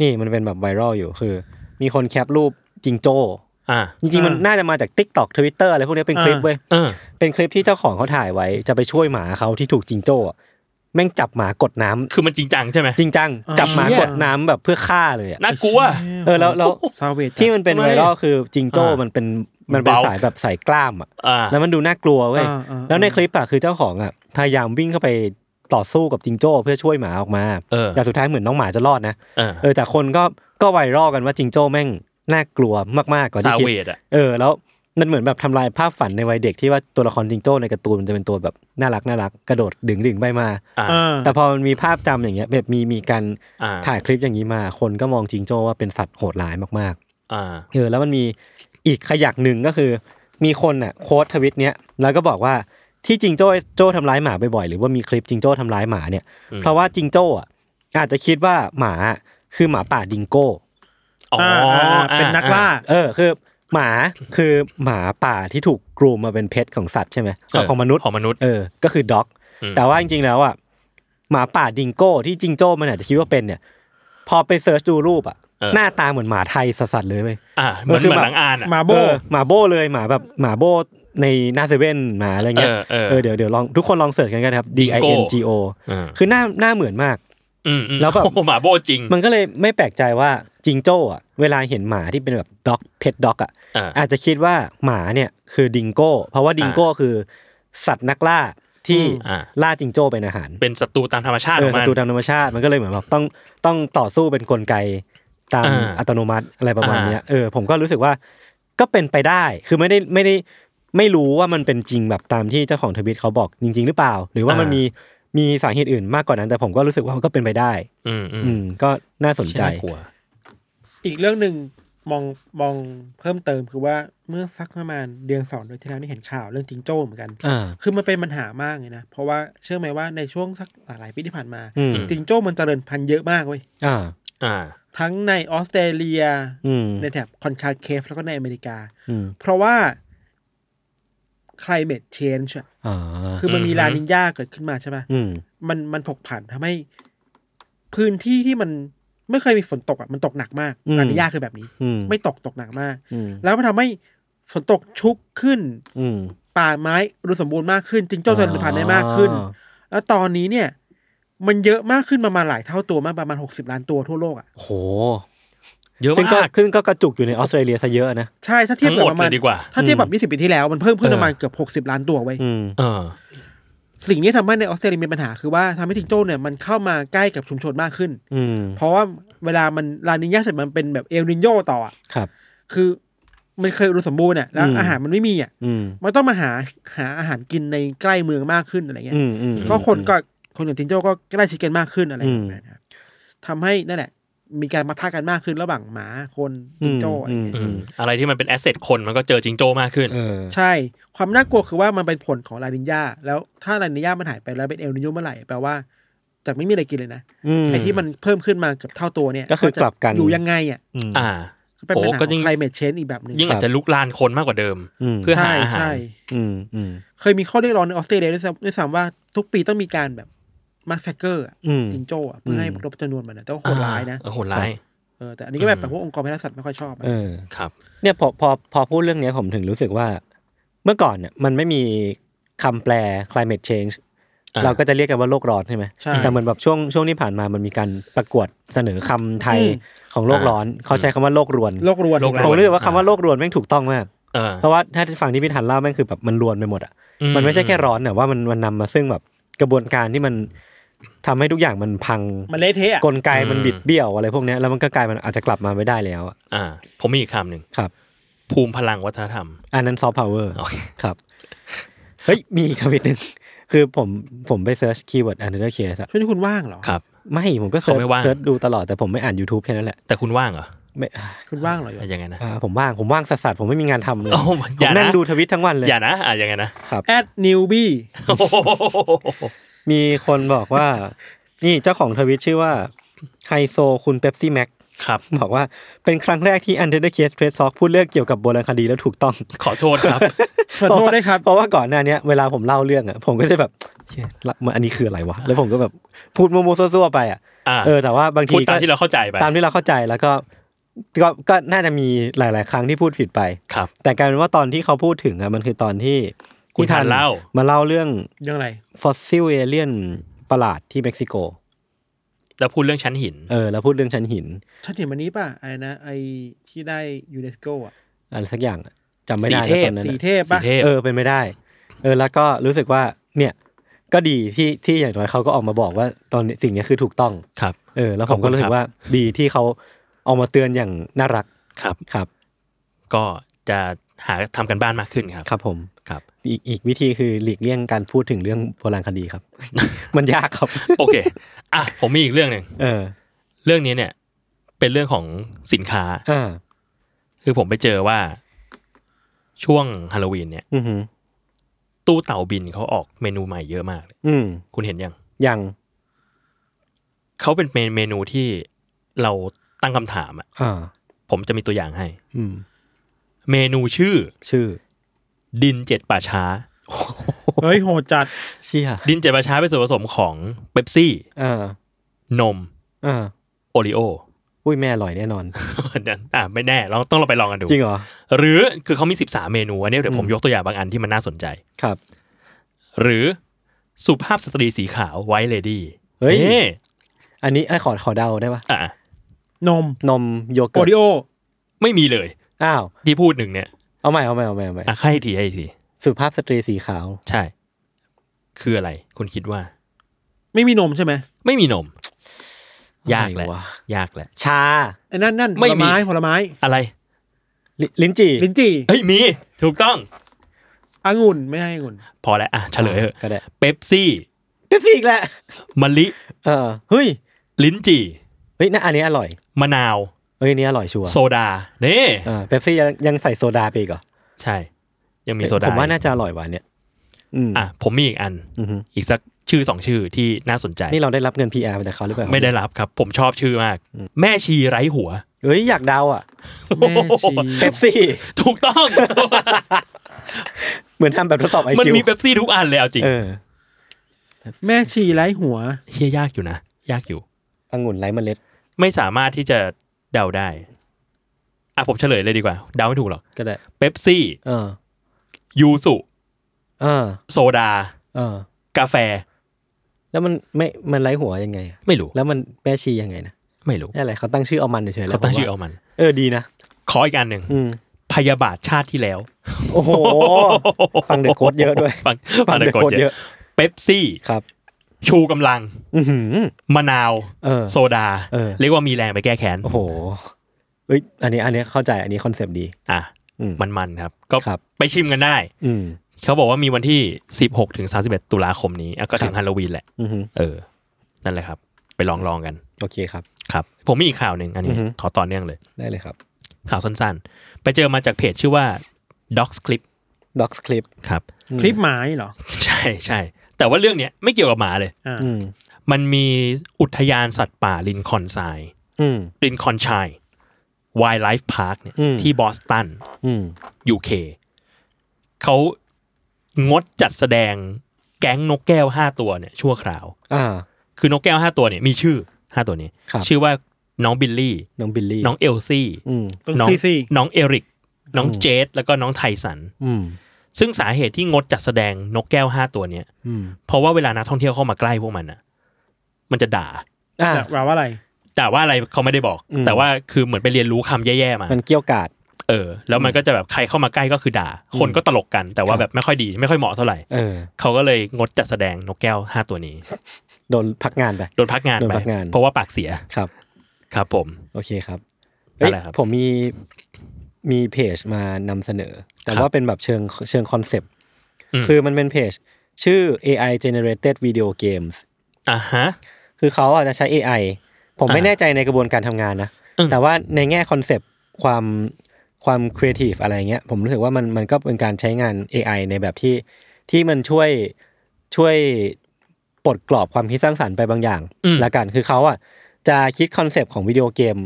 Speaker 2: นี่มันเป็นแบบไวรัลอยู่คือ มีคนแคปรูปจิงโจ้
Speaker 4: อ่า
Speaker 2: จริงๆมันน่าจะมาจากทิกตอกทวิตเตอร์อะไรพวกนี้เป็นคลิปเว้ย
Speaker 4: เออ
Speaker 2: เป็นคลิปที่เจ้าของเขาถ่ายไว้ จะไปช่วยหมาเขาที่ถูกจิงโจ้อะแม่งจับหมากดน้ำ
Speaker 4: คือมันจริงจังใช่ไหม
Speaker 2: จริงจัง
Speaker 3: อ่า
Speaker 2: จับหมากดน้ำแบบเพื่อฆ่าเลยอ่ะ
Speaker 4: น่ากลัว
Speaker 2: เออแล้วแล้ว
Speaker 3: ซาเวจ
Speaker 2: ที่มันเป็นไวรัลคือจิงโจ้
Speaker 4: อ่ามั
Speaker 2: มันเป็นมันเป็น
Speaker 4: เบา
Speaker 2: สายแบบสายกล้ามอ่ะ
Speaker 4: อ่า
Speaker 2: แล้วมันดูน่ากลัวเว้ย
Speaker 3: อ่าอ่า
Speaker 2: แล้วในคลิปอะคือเจ้าของอะพยายามวิ่งเข้าไปต่อสู้กับจิงโจ้เพื่อช่วยหมาออกมา
Speaker 4: เออ
Speaker 2: แต่สุดท้ายเหมือนน้องหมาจะรอดนะ
Speaker 4: เออ
Speaker 2: เออแต่คนก็ก็ไวรัลกันว่าจิงโจ้แม่งน่ากลัวมากๆกว่า
Speaker 4: ซา
Speaker 2: ที่คิด
Speaker 4: เวดอ่ะ
Speaker 2: เออแล้วมันเหมือนแบบทำลายภาพฝันในวัยเด็กที่ว่าตัวละครจิงโจ้ในการ์ตูนมันจะเป็นตัวแบบน่ารักน่ารักกระโดดดึงดึงๆไปมา
Speaker 4: อ่า
Speaker 3: อ่า
Speaker 2: แต่พอมันมีภาพจำอย่างเงี้ยแบบมีมีการ
Speaker 4: อ่า
Speaker 2: ถ่ายคลิปอย่างนี้มา คนก็มองจิงโจ้ว่าเป็นสัตว์โหดร้ายมากๆ
Speaker 4: อ่า
Speaker 2: เออแล้วมันมีอีกขยักหนึ่งก็คือ มีคนน่ะโค้ดทวิตเนี้ยแล้วก็บอกว่าที่จิงโจ้โจ้ทำร้ายหมาบ่อยๆหรือว่ามีคลิปจิงโจ้ทำร้ายหมาเนี่ย
Speaker 4: อืม
Speaker 2: เพราะว่าจิงโจ้อ่ะอาจจะคิดว่าหมาคือหมาป่าดิงโก้
Speaker 4: อ๋อ
Speaker 3: อ่า
Speaker 4: อ่
Speaker 3: เป็นนักล่า
Speaker 2: เออคือหมาคือหมาป่าที่ถูกกรูมมาเป็นเพชของสัตว์ใช่ไหม
Speaker 4: เ
Speaker 2: ของมนุษย์
Speaker 4: ของมนุษย์
Speaker 2: เออก็คือด็อก
Speaker 4: อืม
Speaker 2: แต่ว่าจริงๆแล้วอ่ะหมาป่าดิงโก้ที่จิงโจ้มันอาจจะคิดว่าเป็นเนี่ย พอไปเซิร์ชดูรูปอ่ะหน้าตาเหมือนหมาไทยสัสๆเลยเว้ย
Speaker 4: อ่า เหมือน
Speaker 2: มันคือ
Speaker 4: เหมือน
Speaker 2: แบบ
Speaker 4: หลังอ่านอ่ะ
Speaker 3: มาโบ
Speaker 2: เออหมาโบ้เลยหมาแบบหมาโบ้ในหน้าเซเว่นหมาอะไรเงี้ย
Speaker 4: เออเออ
Speaker 2: เดี๋ยวเดี๋ยวลองทุกคนลองเสิร์ชกันกันนะครับ D I N G O
Speaker 4: เออ
Speaker 2: คือหน้าหน้าเหมือนมาก
Speaker 4: อืมอืม
Speaker 2: แล้วแบบ
Speaker 4: โอ้โหหมาโบจริง
Speaker 2: มันก็เลยไม่แปลกใจว่าจิงโจ้อะเวลาเห็นหมาที่เป็นแบบด็อกเพ t ด็อกอะ
Speaker 4: อ่า
Speaker 2: อาจจะคิดว่าหมาเนี่ยคือดิงโก้ เพราะว่าดิงโก้คือสัตว์นักล่าที่
Speaker 4: อืมอ่า
Speaker 2: ล่าจิงโจ้เป็นอาหาร
Speaker 4: เป็นศัตรูตามธรรมชาติ
Speaker 2: เอ
Speaker 4: ข
Speaker 2: อ
Speaker 4: อง
Speaker 2: ศั
Speaker 4: มัน
Speaker 2: ตรูตามธรรมชาติมันก็เลยเหมือนแบบต้องต้องต่อสู้เป็นกลไกตาม
Speaker 4: อ่า
Speaker 2: อัตโนมัติอะไรประมาณ
Speaker 4: อ่า
Speaker 2: เนี้ยเออผมก็รู้สึกว่าก็เป็นไปได้คือไม่ได้ไม่ได้ไม่รู้ว่ามันเป็นจริงแบบตามที่เจ้าของทวิตเขาบอกจริง ๆ หรือเปล่า หรือว่ามันมีมีสาเหตุอื่นมากกว่านั้น แต่ผมก็รู้สึกว่ามันก็เป็นไปได้
Speaker 4: อืมอืม
Speaker 2: อืมก็น่าสนใจ
Speaker 4: น่ากลัว
Speaker 3: อีกเรื่องหนึ่งมองมองเพิ่มเติมคือว่าเมื่อสักประมาณเดือนสองเดือนที่แล้วนี่เห็นข่าวเรื่องจิงโจ้เหมือนกัน
Speaker 2: อ่า
Speaker 3: คือมันเป็นปัญหามากเลยนะ เพราะว่าเชื่อไหมว่าในช่วงสักหลายๆปีที่ผ่านมา
Speaker 2: อืม
Speaker 3: จิงโจ้มันเจริญพันธุ์เยอะมากเว้ย
Speaker 2: อ่า
Speaker 4: อ่า
Speaker 3: ทั้งในออสเตรเลีย
Speaker 2: อืม
Speaker 3: ในแถบคอนคาเคฟแล้วก็ในอเมริกา
Speaker 2: อืม
Speaker 3: เพราะว่า climate change อะ
Speaker 2: อ่า
Speaker 3: คือมันมี
Speaker 4: อืม
Speaker 3: ลานิญญาเกิดขึ้นมาใช่ปะ
Speaker 2: อืม
Speaker 3: มันมันผกผันทำให้ พื้นที่ที่มันไม่เคยมีฝนตกอ่ะมันตกหนักมาก
Speaker 2: อืม
Speaker 3: อันนี้ยากคือแบบนี้
Speaker 2: อืม
Speaker 3: ไม่ตกตกหนักมาก
Speaker 2: อืม
Speaker 3: แล้วมันทำให้ฝนตกชุกขึ้น
Speaker 2: อืม
Speaker 3: ป่าไม้อุดมสมบูรณ์มากขึ้นจิงโจ้เจริญพันธุ์ได้มากขึ้น
Speaker 2: อ่า
Speaker 3: แล้วตอนนี้เนี่ย มันเยอะมากขึ้นประมาณหลายเท่าตัวมากประมาณ 60 ล้านตัวทั่วโลกอ่ะ
Speaker 2: โห
Speaker 4: เยอะ
Speaker 2: ซึ่งก็
Speaker 4: มาก
Speaker 2: ขึ้นก็กระจุกอยู่ในออสเตรเลียซะเยอะนะ
Speaker 3: ใช่ ถ้าเทียบ
Speaker 4: ทั้งห
Speaker 3: กับ
Speaker 4: มด
Speaker 3: ประ
Speaker 4: เล
Speaker 3: มาณ
Speaker 4: ยดีกว่า
Speaker 3: ถ้าเทียบแบบ 20 ปีที่แล้วมันเพิ่มขึ้นประมาณเกือบ60 ล้านตัวไว้ย
Speaker 2: อืม
Speaker 4: เออ
Speaker 3: สิ่งนี้ทำให้ในออสเตรเลียมีปัญหาคือว่าทำให้จิงโจ้เนี่ยมันเข้ามาใกล้กับชุมชนมากขึ้น
Speaker 2: อืม
Speaker 3: เพราะว่าเวลามันลานิญาเสร็จมันเป็นแบบเอลนิโยต่ออ่ะ
Speaker 2: ครับ
Speaker 3: คือมันเคยอุดมสมบูรณ์อ่ะแล้ว
Speaker 2: อืม
Speaker 3: อาหารมันไม่มีอ่ะ
Speaker 2: อืม
Speaker 3: มันต้องมาหาหาอาหารกินในใกล้เมืองมากขึ้นอะไรเงี้ย
Speaker 2: อืมอืม
Speaker 3: ก็คนก็คนอย่างทินโจ้ก็ใกล้ชิดกันมากขึ้นอะไร
Speaker 2: อื
Speaker 3: แบ
Speaker 2: ม
Speaker 3: บนั้นนะครับทำให้นั่นแหละ มีการมาทะกันมากขึ้นระหว่างหมาคนทินโจ้อะไร
Speaker 2: อืม
Speaker 3: เงี้ย
Speaker 4: อื
Speaker 2: อื
Speaker 4: ม
Speaker 2: ม
Speaker 4: อะไรที่มันเป็นแอสเซทคนมันก็เจอจิงโจ้มากขึ้น
Speaker 2: เออ
Speaker 3: ใช่ ความน่ากลัวคือว่ามันเป็นผลของลานิญญาแล้วถ้าลานิญญามันหายไปแล้วเป็นเอลนิโยเมื่อไหร่แปลว่าจากไม่มีอะไรกินเลยนะ
Speaker 2: อืม
Speaker 3: ไอ้ที่มันเพิ่มขึ้นมาเกือบเท่าตัวเนี่ย
Speaker 2: ก็คือกลับกัน
Speaker 3: อยู่ยังไงอ่ะ
Speaker 2: อืม
Speaker 4: อ่า
Speaker 3: เป็นปัญหา
Speaker 4: โอ้ก็
Speaker 3: ข
Speaker 4: ยิ่
Speaker 3: อง ง climate change อีกแบบหนึ่ง
Speaker 4: ยิ่งอาจจะลุกลานคนมากกว่าเดิม
Speaker 2: อืม
Speaker 4: เพื่อหา
Speaker 3: ใช่
Speaker 4: อาหาร
Speaker 3: ใช่
Speaker 2: อืมอืม
Speaker 3: เคยมีข้อเรียกร้องในออสเตรเลียด้วยซ้ำด้วยซ้ำว่าทุกปีต้องมีการแบบมาสแซเกอร์
Speaker 2: อืม
Speaker 3: จิงโจ้อะเพื่อให้ลดจำนวนมันนะแต่ว่าโหดร้ายนะ
Speaker 4: อ่เออโหดร้าย
Speaker 3: เออแต่อันนี้ก็แบบ
Speaker 4: อืม
Speaker 3: แบบพวกองค์กรพิทักษ์สัตว์ไม่ค่อยชอบอะ
Speaker 2: เออ
Speaker 4: ครับ
Speaker 2: เนี่ยพอพอพอพูดเรื่องเนี้ยผมถึงรู้สึกว่า เมื่อก่อนเนี่ยมันไม่มีคำแปล climate change
Speaker 4: อ่า
Speaker 2: เราก็จะเรียกกันว่าโลกร้อนใช่ไหม
Speaker 3: ใช่
Speaker 2: แต่เหมือนแบบช่วงช่วงที่ผ่านมามันมีการประกวดเสนอคำไทยของโลกร้อน เขาใช้คำว่าโลกรวน
Speaker 3: โลกรวน
Speaker 4: โลกร
Speaker 2: ผม
Speaker 3: น
Speaker 2: รู้สึกว่าคำว่าโลกรวนแม่งถูกต้องมาก
Speaker 4: เออ
Speaker 2: เพราะว่าถ้าฟังที่พี่ทันเล่าแม่งคือแบบมันรวนไปหมดอ่ะ
Speaker 4: อื
Speaker 2: มันไม่ใช่แค่ร้อนแต่ว่ามันมันนำมาซึ่งแบบกระบวนการที่มันทำให้ทุกอย่างมันพัง
Speaker 3: มันเละเทะอะ
Speaker 2: กลไกมันบิดเบี้ยวอะไรพวกเนี้ยแล้วมันก็กลายมันอาจจะกลับมาไม่ได้แล้วอะ
Speaker 4: อ่า ผมมีอีกคำหนึ่ง
Speaker 2: ครับ
Speaker 4: ภูมิพลังวัฒนธรรม
Speaker 2: อันนั้นซอฟต์พาวเวอร์
Speaker 4: โอเค
Speaker 2: ครับ เฮ้ย มีอีกทวิตหนึ่ง คือผมผมไปเซิร์ชคีย์เวิร์ด another case อะ
Speaker 3: ช่วงที่คุณว่างเหรอ
Speaker 4: ครับ
Speaker 2: ไม่ ผมก็เซิร์ช
Speaker 4: เขาไม่ว่าง
Speaker 2: เซิร์ชดูตลอดแต่ผมไม่อ่าน YouTube แค่นั้นแหละ
Speaker 4: แต่คุณว่างเหรอ
Speaker 2: ไม่
Speaker 3: คุณว่างเหรอโย
Speaker 4: ยังไงนะ
Speaker 2: อ่าผมว่าง ผมว่างสัสสัสผมไม่มีงานทำเลย
Speaker 4: โอ้โห
Speaker 2: ผ
Speaker 4: อย่าม นะ
Speaker 2: นั่งดูทวิตทั้งวันเลย
Speaker 4: อย่านะอ่ะยังไงนะ
Speaker 3: แอดนิวบี้
Speaker 4: โอ้โห
Speaker 2: มีคนบอกว่า นี่เจ้าของทวิตชื่อว่าไฮโซคุณเ e p ซี่แม็ก
Speaker 4: ครับ
Speaker 2: บอกว่าเป็นครั้งแรกที่ Another Case Press Talk พูดเรื่องเกี่ยวกับโบราณคดีแล้วถูกต้อง
Speaker 4: ขอโทษครับ
Speaker 3: ขอโทษด้วยครับ
Speaker 2: เพราะว่าก่อนหน้าเนี้ยเวลาผมเล่าเรื่องอ่ะผมก็จะแบบเชี่ยละมันอันนี้คืออะไรวะ แล้วผมก็แบบพูดโมโมวๆซั่วๆไปอ่ะ
Speaker 4: อ่า
Speaker 2: เออแต่ว่าบาง
Speaker 4: พู
Speaker 2: ที
Speaker 4: ด
Speaker 2: ก็
Speaker 4: ตามที่เราเข้าใจไป
Speaker 2: ตามที่เราเข้าใจแล้วก็ก็ก็น่าจะมีหลาย ๆ ครั้งที่พูดผิดไป
Speaker 4: ครับ
Speaker 2: แต่กลายเป็นว่าตอนที่เขาพูดถึงอ่ะมันคือตอนที่
Speaker 4: คุณทันเล่า
Speaker 2: มาเล่าเรื่อง
Speaker 3: เรื่องอะไร
Speaker 2: ฟอสซิลเอเลียนประหลาดที่เม็กซิโก
Speaker 4: แล้วพูดเรื่องชั้นหิน
Speaker 2: เออแล้วพูดเรื่องชั้นหิน
Speaker 3: ฉันเห็นวันนี้ป่ะไอ้นะไอ้ที่ได้ยูเนสโกอ่ะ
Speaker 2: อะไรสักอย่างอะจำไม่ได้
Speaker 4: สีเท
Speaker 2: แล้วตอน
Speaker 4: พ
Speaker 2: นั้น
Speaker 3: สี
Speaker 2: อะ
Speaker 3: เทพป่ะ
Speaker 4: สีเทพ
Speaker 2: เออเป็นไม่ได้ เออแล้วก็รู้สึกว่าเนี่ยก็ดีที่ที่อย่างน้อยเขาก็ออกมาบอกว่าตอนนี้สิ่งเนี้ยคือถูกต้อง
Speaker 4: ครับ
Speaker 2: เออ แล้ว
Speaker 4: ข
Speaker 2: ผ
Speaker 4: อบ
Speaker 2: ม
Speaker 4: คุณ
Speaker 2: ก็รู้สึกว่าดีที่เขาเอามาเตือนอย่างน่ารัก
Speaker 4: ครับ
Speaker 2: ครับ
Speaker 4: ก็จะหาทำกันบ้านมากขึ้นครับ
Speaker 2: ครับผม
Speaker 4: ครับ
Speaker 2: อีกอีกวิธีคือหลีกเลี่ยงการพูดถึงเรื่องโบราณคดีครับ มันยากครับ
Speaker 4: โอเค อ่ะ ผมมีอีกเรื่องหนึ่ง
Speaker 2: เออ
Speaker 4: เรื่องนี้เนี่ย เป็นเรื่องของสินค้า
Speaker 2: อ่า
Speaker 4: คือผมไปเจอว่า ช่วงฮาโลวีนเนี่ย
Speaker 2: อือหือ
Speaker 4: ตู้เต่าบินเขาออกเมนูใหม่เยอะมากเลย
Speaker 2: อืม
Speaker 4: คุณเห็นยัง
Speaker 2: ยัง
Speaker 4: เขาเป็นเมเมนูที่เราตั้งคำถามอะ
Speaker 2: อ่า
Speaker 4: ผมจะมีตัวอย่างให้
Speaker 2: อืม
Speaker 4: เมนูชื่อ
Speaker 2: ชื่อ
Speaker 4: ดินเจ็ดป่าช้า
Speaker 3: เฮ้ยโหดจัด
Speaker 2: เชี่ย
Speaker 4: ดินเจ็ดป่าช้าเป็นส่วนผสมของเบปซี่
Speaker 2: อ่าน
Speaker 4: ม
Speaker 2: อ่า
Speaker 4: โอริโอ
Speaker 2: อุ้ยแม่อร่อยแน่นอน
Speaker 4: อ่ะไม่แน่ลองต้องเราไปลองกันดู
Speaker 2: จริงเหรอ
Speaker 4: หรือคือเขามี 13 เมนู อันนี้เดี๋ยวผม
Speaker 2: อืม
Speaker 4: ยกตัวอย่างบางอันที่มันน่าสนใจ
Speaker 2: ครับ
Speaker 4: หรือสุภาพสตรีสีขาวไวเลดี้
Speaker 2: เฮ้ย อันนี้ไอ้ยขอขอเดาได้ปะ
Speaker 4: อ่ะ
Speaker 3: นม
Speaker 2: นมโย
Speaker 3: โอ
Speaker 2: เกิร์
Speaker 3: ริ
Speaker 2: ต
Speaker 3: โอ
Speaker 4: ไม่มีเลย
Speaker 2: อ้าว
Speaker 4: ที่พูดหนึ่งเนี่ย
Speaker 2: เอาใหม่เอาใหม่เอาใหม่เอาใหม่
Speaker 4: อ่ะให้อีกทีให้อีกที
Speaker 2: สุภาพสตรีสีขาว
Speaker 4: ใช่ คืออะไร คุณคิดว่า
Speaker 3: ไม่มีนมใช่ไหม
Speaker 4: ไม่มีนม ยากแหละ
Speaker 2: อะไรวะ
Speaker 4: ยากแหละ
Speaker 2: ชา
Speaker 3: ไอ้นั่นนั่นผ
Speaker 4: ไม่
Speaker 3: ล
Speaker 4: มี
Speaker 3: ไม้ผลไม้
Speaker 4: อะไร
Speaker 2: ลิลิ้นจี่
Speaker 3: ลิ้นจี่
Speaker 4: เฮ้ยมี ถูกต้อง
Speaker 3: องุ่นไม่ให้องุ่น
Speaker 4: พอแล้วอ่ะเฉลยเถอะ
Speaker 2: ก็ได้
Speaker 4: เป๊ปซี่
Speaker 2: เป๊ปซี่อีกแหละ
Speaker 4: มะลิ
Speaker 2: เออเฮ้ย
Speaker 4: ลิ้นจี่
Speaker 2: เฮ้ยน่าอันนี้อร่อย
Speaker 4: มะนาว
Speaker 2: เฮ้ยอันนี้อร่อยชัวร์
Speaker 4: โซดาเน่
Speaker 2: เออเป๊ปซี่ยังยังใส่โซดาไปอีกเหรอ
Speaker 4: ใช่ ยังมีโซดา
Speaker 2: ผมว่าน่าจะอร่อยว่ะเนี่ย อืม
Speaker 4: อ่ะผมมีอีกอัน
Speaker 2: อือฮึ
Speaker 4: อีกสักชื่อสองชื่อที่น่าสนใจ
Speaker 2: นี่เราได้รับเงิน PR มาจากเขาหรือเปล่า
Speaker 4: ไม่ได้รับครับ ผมชอบชื่อมาก แม่ชีไร้หัว
Speaker 2: เฮ้ยอยากเดาอ่ะ
Speaker 3: แม่ชี
Speaker 2: เป๊ปซี่
Speaker 4: ถูก ต้อง
Speaker 2: เหมือนทำแบบทดสอบไอ
Speaker 4: มัน
Speaker 2: คิว
Speaker 4: มีเป๊ปซี่ทุกอันเลยเอาจริง
Speaker 2: เออ
Speaker 3: แม่ชีไร้หัว
Speaker 4: เฮียยากอยู่นะ ยากอยู่
Speaker 2: องุ่นไร้เมล็ด
Speaker 4: ไม่สามารถที่จะเดาได้ อ่ะผมเฉลยเลยดีกว่า เดาไม่ถูกหรอก
Speaker 2: ก็ได้
Speaker 4: เป๊ปซี่
Speaker 2: เออ
Speaker 4: ยูสุ
Speaker 2: เออ
Speaker 4: โซดา
Speaker 2: เออ
Speaker 4: กาแฟ
Speaker 2: แล้ว แล้วมันไม่มันไร้หัวยังไงอะ
Speaker 4: ไม่รู้
Speaker 2: แล้วมันแม่ชียังไงนะ
Speaker 4: ไม่รู้
Speaker 2: นี่อะไรเขาตั้งชื่อเอามันเฉยๆ
Speaker 4: เขาตั้งชื่
Speaker 2: ผ
Speaker 4: อ
Speaker 2: มว่
Speaker 4: เอามัน
Speaker 2: เออดีนะ
Speaker 4: ขออีกอันหนึ่ง
Speaker 2: อืม
Speaker 4: พยาบาทชาติที่แล้ว
Speaker 2: โอ้โห ฟังเดอะโค้ดเยอะด้วย
Speaker 4: ฟังฟังเดอะโค้ดเยอะเป๊ปซี่
Speaker 2: ครับ
Speaker 4: ชูกำลัง
Speaker 2: อือหือ
Speaker 4: มะนาว
Speaker 2: เออ
Speaker 4: โซดา
Speaker 2: เออ
Speaker 4: เรียกว่ามีแรงไปแก้แค้น
Speaker 2: โอ้โหเอ้ยอันนี้อันนี้เข้าใจอันนี้คอนเซปต์ดี
Speaker 4: อ่ะ
Speaker 2: อืม
Speaker 4: มันมันๆครับ ก็
Speaker 2: ครับ
Speaker 4: ไปชิมกันได้
Speaker 2: อืม
Speaker 4: เขาบอกว่ามีวันที่ 16ถึง31 ตุลาคมนี้อ่ะก็ถึ
Speaker 2: ครั
Speaker 4: ง
Speaker 2: บ
Speaker 4: ฮาโลวีนแหละ
Speaker 2: อือหือ
Speaker 4: เออ นั่นแหละครับ ไปลองลองๆกัน
Speaker 2: โอเคครับ
Speaker 4: ครับ ผมมีอีกข่าวหนึ่งอันนี้
Speaker 2: อือฮึ
Speaker 4: ขอต่อเนื่องเลย
Speaker 2: ได้เลยครับ
Speaker 4: ข่าวสั้นๆ ไปเจอมาจากเพจชื่อว่า Docs Clip
Speaker 2: ด็อกสคลิป
Speaker 4: ครับ
Speaker 3: คลิปหมายเหรอ
Speaker 4: ใช่ใช่แต่ว่าเรื่องเนี้ยไม่เกี่ยวกับหมาเลย
Speaker 3: อ่า
Speaker 2: อืม
Speaker 4: มันมีอุทยานสัตว์ป่าลินคอนไซน์
Speaker 2: อืม
Speaker 4: ลินคอนชาย Wildlife Park เนี่ย
Speaker 2: อืม
Speaker 4: ที่บอสตัน
Speaker 2: อืม
Speaker 4: UK เขางดจัดแสดงแก๊งนกแก้วห้าตัวเนี่ยชั่วคราว
Speaker 2: อ่า
Speaker 4: คือนกแก้วห้าตัวเนี่ยมีชื่อห้าตัวนี้
Speaker 2: ครับ
Speaker 4: ชื่อว่าน้องบิลลี่
Speaker 2: น้องบิลลี่
Speaker 4: น้องเอลซี่
Speaker 2: อืม
Speaker 3: ต้อง
Speaker 4: น้อง
Speaker 3: ซีซี
Speaker 4: น้องเอริก น้องเจดแล้วก็น้องไทสัน
Speaker 2: อืม
Speaker 4: ซึ่งสาเหตุที่งดจัดแสดงนกแก้วห้าตัวเนี่ย
Speaker 2: อืม
Speaker 4: เพราะว่าเวลานักท่องเที่ยวเข้ามาใกล้พวกมันอะมันจะด่า
Speaker 2: อ่า
Speaker 3: แปลว่าอะไร
Speaker 4: ด่าว่าอะไรเขาไม่ได้บอก
Speaker 2: อืม
Speaker 4: แต่ว่าคือเหมือนไปเรียนรู้คำแย่ๆมา
Speaker 2: มันเกี่ยวกาด
Speaker 4: เออ แล้วมันก็จะแบบใครเข้ามาใกล้ก็คือด่า คนก็ตลกกัน แต่ว่าแบบไม่ค่อยดี ไม่ค่อยเหมาะเท่าไหร่
Speaker 2: เออ
Speaker 4: เขาก็เลยงดจัดแสดงนกแก้วห้าตัวนี้
Speaker 2: โดนพักงานไป
Speaker 4: โดนพักงาน
Speaker 2: โดน
Speaker 4: ไป
Speaker 2: พักงาน
Speaker 4: เพราะว่าปากเสีย
Speaker 2: ครับ
Speaker 4: ครับผม
Speaker 2: โอเคครับ
Speaker 4: นั่
Speaker 2: เอ้
Speaker 4: น
Speaker 2: ย
Speaker 4: แหละครับ
Speaker 2: ผมมีมีเพจมานำเสนอ แต่
Speaker 4: ครับ
Speaker 2: ว่าเป็นแบบเชิงเชิงคอนเซปต์
Speaker 4: อืม
Speaker 2: คือมันเป็นเพจ ชื่อ AI generated video games
Speaker 4: อ่ะฮะ
Speaker 2: คือเขาอาจจะใช้ AI ผมไม่
Speaker 4: อ่า
Speaker 2: แน่ใจในกระบวนการทำงานนะ
Speaker 4: อืม
Speaker 2: แต่ว่าในแง่คอนเซปต์ความความครีเอทีฟอะไรเงี้ย ผมรู้สึกว่ามันมันก็เป็นการใช้งาน AI ในแบบที่ที่มันช่วยช่วยปลดกรอบความคิดสร้างสรรค์ไปบางอย่าง
Speaker 4: อืม
Speaker 2: ละกัน คือเขาอ่ะจะคิดคอนเซปต์ของวิดีโอเกม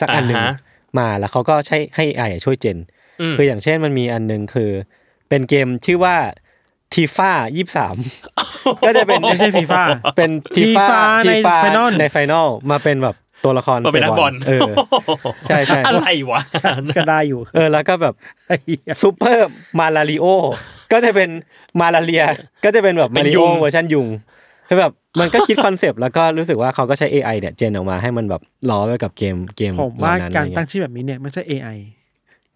Speaker 2: สักอันหนึ่ง
Speaker 4: อ่าฮะ
Speaker 2: มาแล้วเขาก็ใช้ให้ AI ช่วยเจน
Speaker 4: ม
Speaker 2: คืออย่างเช่นมันมีอันหนึ่งคือ เป็นเกมชื่อว่าทีฟ่ายี่สามก็จะเป็น
Speaker 3: ไม่ใช่ฟีฟ่า
Speaker 2: เป็นทีฟ้า
Speaker 3: FIFA ใน
Speaker 2: ทีฟ้า
Speaker 3: Final
Speaker 2: ในไฟนอลมาเป็นแบบตัวละคร
Speaker 4: มาเป็นนักบอล
Speaker 2: เออ ใช่ใช่
Speaker 4: อะไรวะ
Speaker 3: ก็ได้ อยู่
Speaker 2: เออแล้วก็แบบ
Speaker 3: ไอ้เหี้ย
Speaker 2: ซูเปอร์มาลาริโอก็จะเป็นมาลาเรีย ก็จะเป็นแบบ
Speaker 4: เป็
Speaker 2: มาน ริ
Speaker 4: ยุ
Speaker 2: โอง เวอร์ชันยุงคือแบบมันก็คิดคอนเซปต์แล้วก็รู้สึกว่าเขาก็ใช้ AI เนี่ยเจนออกมาให้มันแบบล้อไว้กับเกมเกม
Speaker 3: ผมว่า
Speaker 2: เหล่นั้น
Speaker 3: การ
Speaker 2: อะไรเงี้ย
Speaker 3: ตั้งชื่อแบบนี้เนี่ยไม่ใช่ AI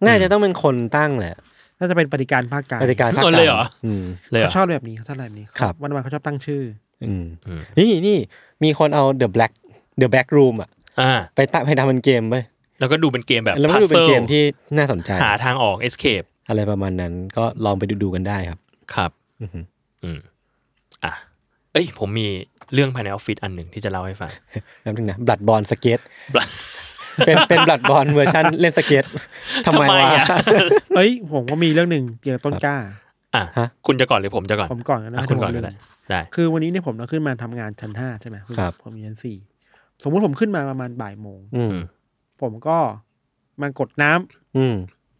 Speaker 2: น่าจะต้องเป็นคนตั้งแหละ
Speaker 3: น่าจะเป็นปฏิการภาคกลาง
Speaker 2: ปฏิการภาค
Speaker 4: เอา
Speaker 2: ก
Speaker 4: เล
Speaker 2: ลาย
Speaker 4: เหรอ
Speaker 2: งอืม
Speaker 4: เลยเหร
Speaker 3: เขา
Speaker 4: อ
Speaker 3: ชอบแบบนี้เขาชอบแบบนี้
Speaker 2: ครับ
Speaker 3: วันวันๆเขาชอบตั้งชื่อ
Speaker 2: อืม
Speaker 4: อืม
Speaker 2: นี่นี่มีคนเอา The Black The Back Room อะ
Speaker 4: อ่า
Speaker 2: ไปตั้งไปทำเป็นเกมไป
Speaker 4: แล้วก็ดูเป็นเกมแบบ
Speaker 2: แล้วมัน
Speaker 4: พัซ
Speaker 2: ดูเป็น
Speaker 4: เซิล
Speaker 2: เกมที่น่าสนใจ
Speaker 4: หาทางออก escape
Speaker 2: อะไรประมาณนั้นก็ลองไปดูดูๆกันได้ครับ
Speaker 4: ครับ
Speaker 2: อือหือ
Speaker 4: อืมอ่ะ เอ้ย ผมมีเรื่องภายในออฟฟิศอันหนึ่งที่จะเล่าให้ฟัง
Speaker 2: แป๊บนึงนะบลัดบอลสเก็ตเป็นเป็นบลัดบอลเวอ ร์ชันเล่นสเก็ตทำไม
Speaker 4: ทำไม
Speaker 2: วะ
Speaker 4: อะ
Speaker 3: เอ้ยผมก็มีเรื่องหนึ่งเกี่ยวกับต้นกล้า
Speaker 4: อ่ะ
Speaker 2: ฮะ
Speaker 4: คุณจะก่อนหรือผมจะก่อน
Speaker 3: ผมก่อนนะ
Speaker 4: อ่ะ
Speaker 3: ให้
Speaker 4: คุณ
Speaker 3: ผม
Speaker 4: ก่อนก็
Speaker 3: เรื่ง
Speaker 4: ได้ได้
Speaker 3: คือวันนี้เนี่ยผมเราขึ้นมาทำงานชั้นห้าใช่ไหม
Speaker 2: ครับ
Speaker 3: ผมอยู่ชั้นสี่สมมุติผมขึ้นมาประมาณบ่ายโมง
Speaker 2: อืม
Speaker 3: ผมก็มากดน้ำ
Speaker 2: อืม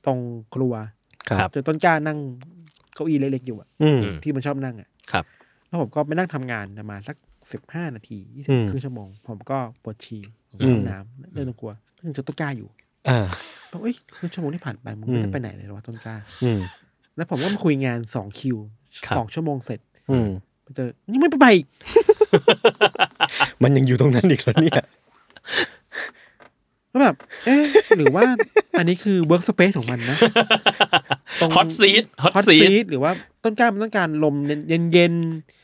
Speaker 3: ตรงครัว
Speaker 2: ครั
Speaker 4: ครับ บ
Speaker 3: จนต้นกล้านั่งเก้าอี้เล็กๆอยู่อะ
Speaker 2: อืม
Speaker 4: ม
Speaker 3: ที่มันชอบนั่งอะ
Speaker 4: ครับ
Speaker 3: แล้วผมก็ไปนั่งทำงานประมาณสักสิบห้านาทียี่สิ
Speaker 2: อื
Speaker 3: บ
Speaker 2: ม
Speaker 3: ครึ่งชั่วโมง ผมก็ปวดฉี่ผม
Speaker 2: อื
Speaker 3: ก็
Speaker 2: ม
Speaker 3: ห้องน้ำเดินตรงครัวเพิ่งเจอต้นกล้าอยู่
Speaker 2: อ่า
Speaker 3: แล้วเอ้ยครึ่งชั่วโมงที่ผ่านไปมึงไม่
Speaker 2: อื
Speaker 3: ได้
Speaker 2: ม
Speaker 3: ไปไหนเลยเหรอวะต้นกล้า
Speaker 2: อืม
Speaker 3: แล้วผมก็มาคุยงานสองคิว
Speaker 4: ครับ
Speaker 3: สองชั่วโมงเสร็จ
Speaker 2: อืม
Speaker 3: ไปเจอยังไม่ไปอีก
Speaker 2: มันยังอยู่ตรงนั้นอีกเหรอเนี่ย
Speaker 3: แล้วแบบ เอ๊ะหรือว่าอันนี้คือเวิร์กสเปซของมันนะ ตรง
Speaker 4: ฮอตซีดฮอต
Speaker 3: ฮอต
Speaker 4: ซี
Speaker 3: ซี
Speaker 4: ด
Speaker 3: ดหรือว่าต้นกล้ามันต้องการลมเย็นเย็น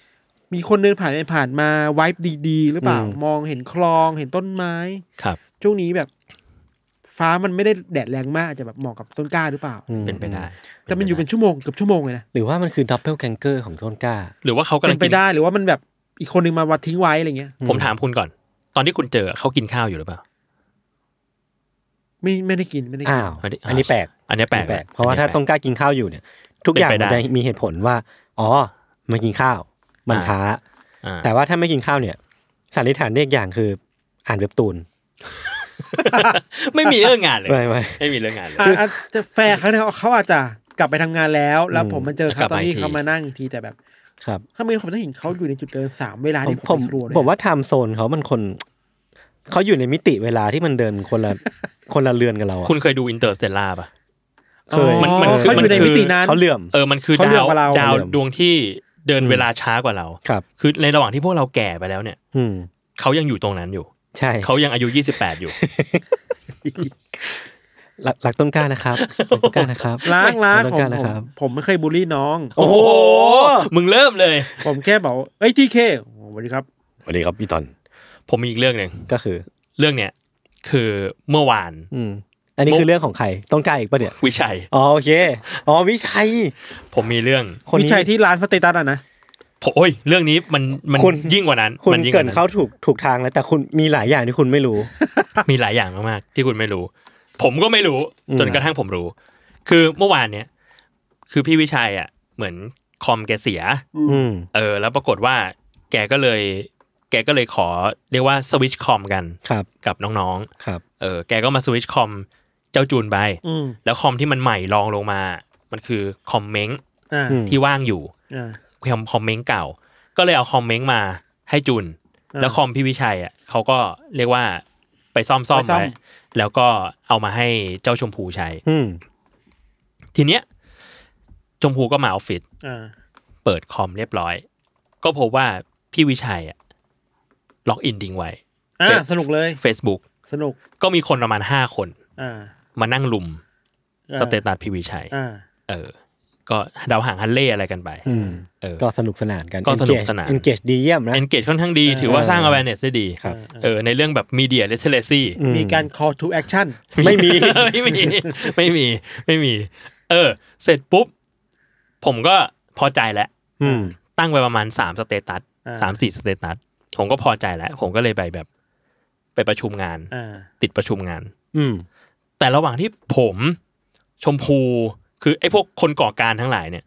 Speaker 3: ๆมีคนเดินผ่านไปผ่านมาไวบ์ดีๆ หรือเปล่า มองเห็นคลองเห็นต้นไม้
Speaker 4: ครับ
Speaker 3: ช่วงนี้แบบ ฟ้ามันไม่ได้แดดแรงมากอาจจะแบบเหมาะกับต้นกล้าหรือเปล่า
Speaker 2: อืม
Speaker 4: เป็นไปได้
Speaker 3: แต่มันอยู่เป็นชั่วโมงเกือบชั่วโมงเลยนะ
Speaker 2: หรือว่ามันคือดับเบิลแกงเกอร์ของต้นกล้า
Speaker 4: หรือว่าเขากำ
Speaker 3: เป็
Speaker 4: ลัง
Speaker 3: นไป
Speaker 4: กิน
Speaker 3: ได้หรือว่ามันแบบอีกคนนึงมาวัดทิ้งไว้อะไรเงี้ย
Speaker 4: ผมถามคุณก่อน ตอนที่คุณเจอเขากินข้าวอยู่หรือเปล่า
Speaker 3: ไม่ไม่ได้กินไม่ได้กิ
Speaker 2: อ้าน ว
Speaker 4: อันนี้
Speaker 2: อันนี้แปลก
Speaker 4: อันเนี้ยแปลก
Speaker 2: อันนี้เพราะว่าถ้าต้นกล้ากินข้าวอยู่เนี่ย ทุกอย่าง
Speaker 4: เป็น
Speaker 2: มั
Speaker 4: ไป
Speaker 2: น
Speaker 4: ได้
Speaker 2: จะมีเหตุผลว่า อ๋อมันกินข้าว มัน
Speaker 4: อ่า
Speaker 2: ช้า แต่
Speaker 4: แต่า
Speaker 2: ว่าถ้าไม่กินข้าวเนี่ยสันนิษฐานเรียกอย่างคือ อ่านเว็บตูน
Speaker 4: ไม่มีเรื่องงานเลย
Speaker 2: ไม่ไม่
Speaker 4: ไม่มีเรื่องงานเลย
Speaker 3: อ่ะอาจจะแฟร์เขาเนี่ยเขาอาจจะกลับไปทำงานแล้ว แล้ว
Speaker 2: อืม
Speaker 3: ผมมาเจอเขา
Speaker 4: กลับ
Speaker 3: ตอน
Speaker 4: มาอี
Speaker 3: ที่
Speaker 4: กที
Speaker 3: เขามานั่งอีกทีแต่แบบ
Speaker 2: ครับ
Speaker 3: ถ้าไม่ผมต้องเห็นเขาอยู่ในจุดเดิมสามเวลา
Speaker 2: ผ
Speaker 3: ที่
Speaker 2: ม
Speaker 3: ผมไปครัวเลย
Speaker 2: ผ
Speaker 3: นะ
Speaker 2: มว่าไทม์โซนเขามันคน เขาอยู่ในมิติเวลาที่มันเดินคนละ คนละเรือนกับเราอะ
Speaker 4: คุณเคยดูอินเตอร์สเตลล่าป่ะ
Speaker 2: เคย
Speaker 3: อ๋อ
Speaker 4: มันมันคือ
Speaker 3: เขาอยู่ใน
Speaker 4: มันคือ
Speaker 3: มิตินั้น
Speaker 2: เขาเหลื่อม
Speaker 4: เออมันคือ
Speaker 3: เขาเรี
Speaker 4: ดา
Speaker 3: ยวกว่าเรา
Speaker 4: ดาว
Speaker 2: เหมือน
Speaker 4: ดวงที่ เดินเวลาช้ากว่าเรา
Speaker 2: ครับ
Speaker 4: คือในระหว่างที่พวกเราแก่ไปแล้วเนี่ย
Speaker 2: อืม
Speaker 4: เขายังอยู่ตรงนั้นอยู่
Speaker 2: ใช่
Speaker 4: เขายังอายุ 28 อยู่
Speaker 2: รักรักต้นกล้า นะครับรักต้นกล้านะครับ
Speaker 3: ล้างล้าง
Speaker 2: รักต้น
Speaker 3: ผม
Speaker 2: กล้านะ
Speaker 3: ผ
Speaker 2: ครั
Speaker 3: ม
Speaker 2: บ
Speaker 3: ผมไม่เคยบูลลี่น้อง
Speaker 2: โอ้โห
Speaker 4: มึงเริ่มเลย
Speaker 3: ผมแค่บอกว่าเอ้ยทีเคสวัสดีครับ
Speaker 5: สวัสดีครับพี่ตอน
Speaker 4: ผมมีอีกเรื่องหนึ่ง
Speaker 2: ก็คือ
Speaker 4: เรื่องเนี้ยคือเมื่อวาน
Speaker 2: อืม อันนี้คือเรื่องของใครต้นกล้าอีกปะเนี่ย
Speaker 4: วิชัย
Speaker 2: อ๋อโอเคอ๋อวิชัย
Speaker 4: ผมมีเรื่อง
Speaker 2: คน
Speaker 3: วิ
Speaker 2: นี้
Speaker 3: ชัยที่ร้านสเตตัสอ่ะนะ
Speaker 4: ผมโอ้ยเรื่องนี้มันมัน
Speaker 2: คุณ
Speaker 4: ยิ่งกว่านั้น
Speaker 2: คุณ
Speaker 4: มัยิ่ง
Speaker 2: เกริน
Speaker 4: ว่
Speaker 2: เขาถูกถูกทางแล้วแต่คุณมีหลายอย่างที่คุณไม่ รู้
Speaker 4: มีหลายอย่างมากๆที่คุณไม่รู้ ผมก็ไม่รู้
Speaker 2: อืม
Speaker 4: จนกระทั่งผมรู้ คือเมื่อวานเนี้ยคือพี่วิชัยอ่ะ เหมือนคอมแกเสีย
Speaker 2: อืม
Speaker 4: เออ แล้วปรากฏว่า แกก็เลย แกก็เลยขอเรียกว่าสวิตชคอมกัน
Speaker 2: ครับ
Speaker 4: กับน้อง
Speaker 2: ครับ
Speaker 4: ๆเออแกก็มาสวิตชคอมเจ้าจูนไป
Speaker 3: อืม
Speaker 4: แล้วคอมที่มันใหม่รองลงมา มันคือคอมเมง
Speaker 3: อ่า
Speaker 2: อืม
Speaker 4: ที่ว่างอยู่
Speaker 3: อ่า
Speaker 4: คอมคอมเมงเก่า ก็เลยเอาคอมเมงมาให้จุน
Speaker 3: อ่า
Speaker 4: แล้วคอมพี่วิชัยอ่ะเขาก็เรียกว่าไปซ่อมซ่อม
Speaker 3: ไปซ่อม
Speaker 4: ไว้แล้วก็เอามาให้เจ้าชมพูใช้
Speaker 2: อืม
Speaker 4: ทีเนี้ยชมพูก็มาออฟฟิศ
Speaker 3: อ่า
Speaker 4: เปิดคอมเรียบร้อย ก็พบว่าพี่วิชัยอ่ะล็อกอินทิ้งไว้
Speaker 3: อ่า
Speaker 4: เฟซ
Speaker 3: สนุกเลย
Speaker 4: Facebook
Speaker 3: สนุก
Speaker 4: ก็มีคนประมาณห้าคน
Speaker 3: อ่า
Speaker 4: มานั่งลุม
Speaker 3: อ่า
Speaker 4: สเตตัสพี่วิชัย
Speaker 3: อ่า
Speaker 4: เออ ก็เดาวหางฮันเล่อะไรกันไป
Speaker 2: อืม
Speaker 4: เออ
Speaker 2: ก็สนุกสนานกัน
Speaker 4: ก็สนุกสนาน
Speaker 2: engage engage ดีเยี่ยมนะ
Speaker 4: เอนเกจค่อนข้างดี
Speaker 3: เออ
Speaker 4: ถือว่าสร้าง
Speaker 2: เออ
Speaker 4: awareness ได้ดี
Speaker 2: ครับ
Speaker 4: เออในเรื่องแบบ media literacy
Speaker 2: อื
Speaker 3: มีการ call to action
Speaker 2: ไม่มี
Speaker 4: ไม่มี ไม่มี ไม่มี เออ เสร็จปุ๊บ ผมก็พอใจแล้ว
Speaker 2: อืม
Speaker 4: ตั้งไปประมาณสามสเตตัส
Speaker 3: อ่า
Speaker 4: สามสี่สเตตัสผมก็พอใจแล้ว ผมก็เลยไปแบบ ไปประชุมงาน
Speaker 3: อ่า
Speaker 4: ติดประชุมงาน
Speaker 2: อืม
Speaker 4: แต่ระหว่างที่ผมชมพูคือไอ้พวกคนก่อการทั้งหลายเนี่ย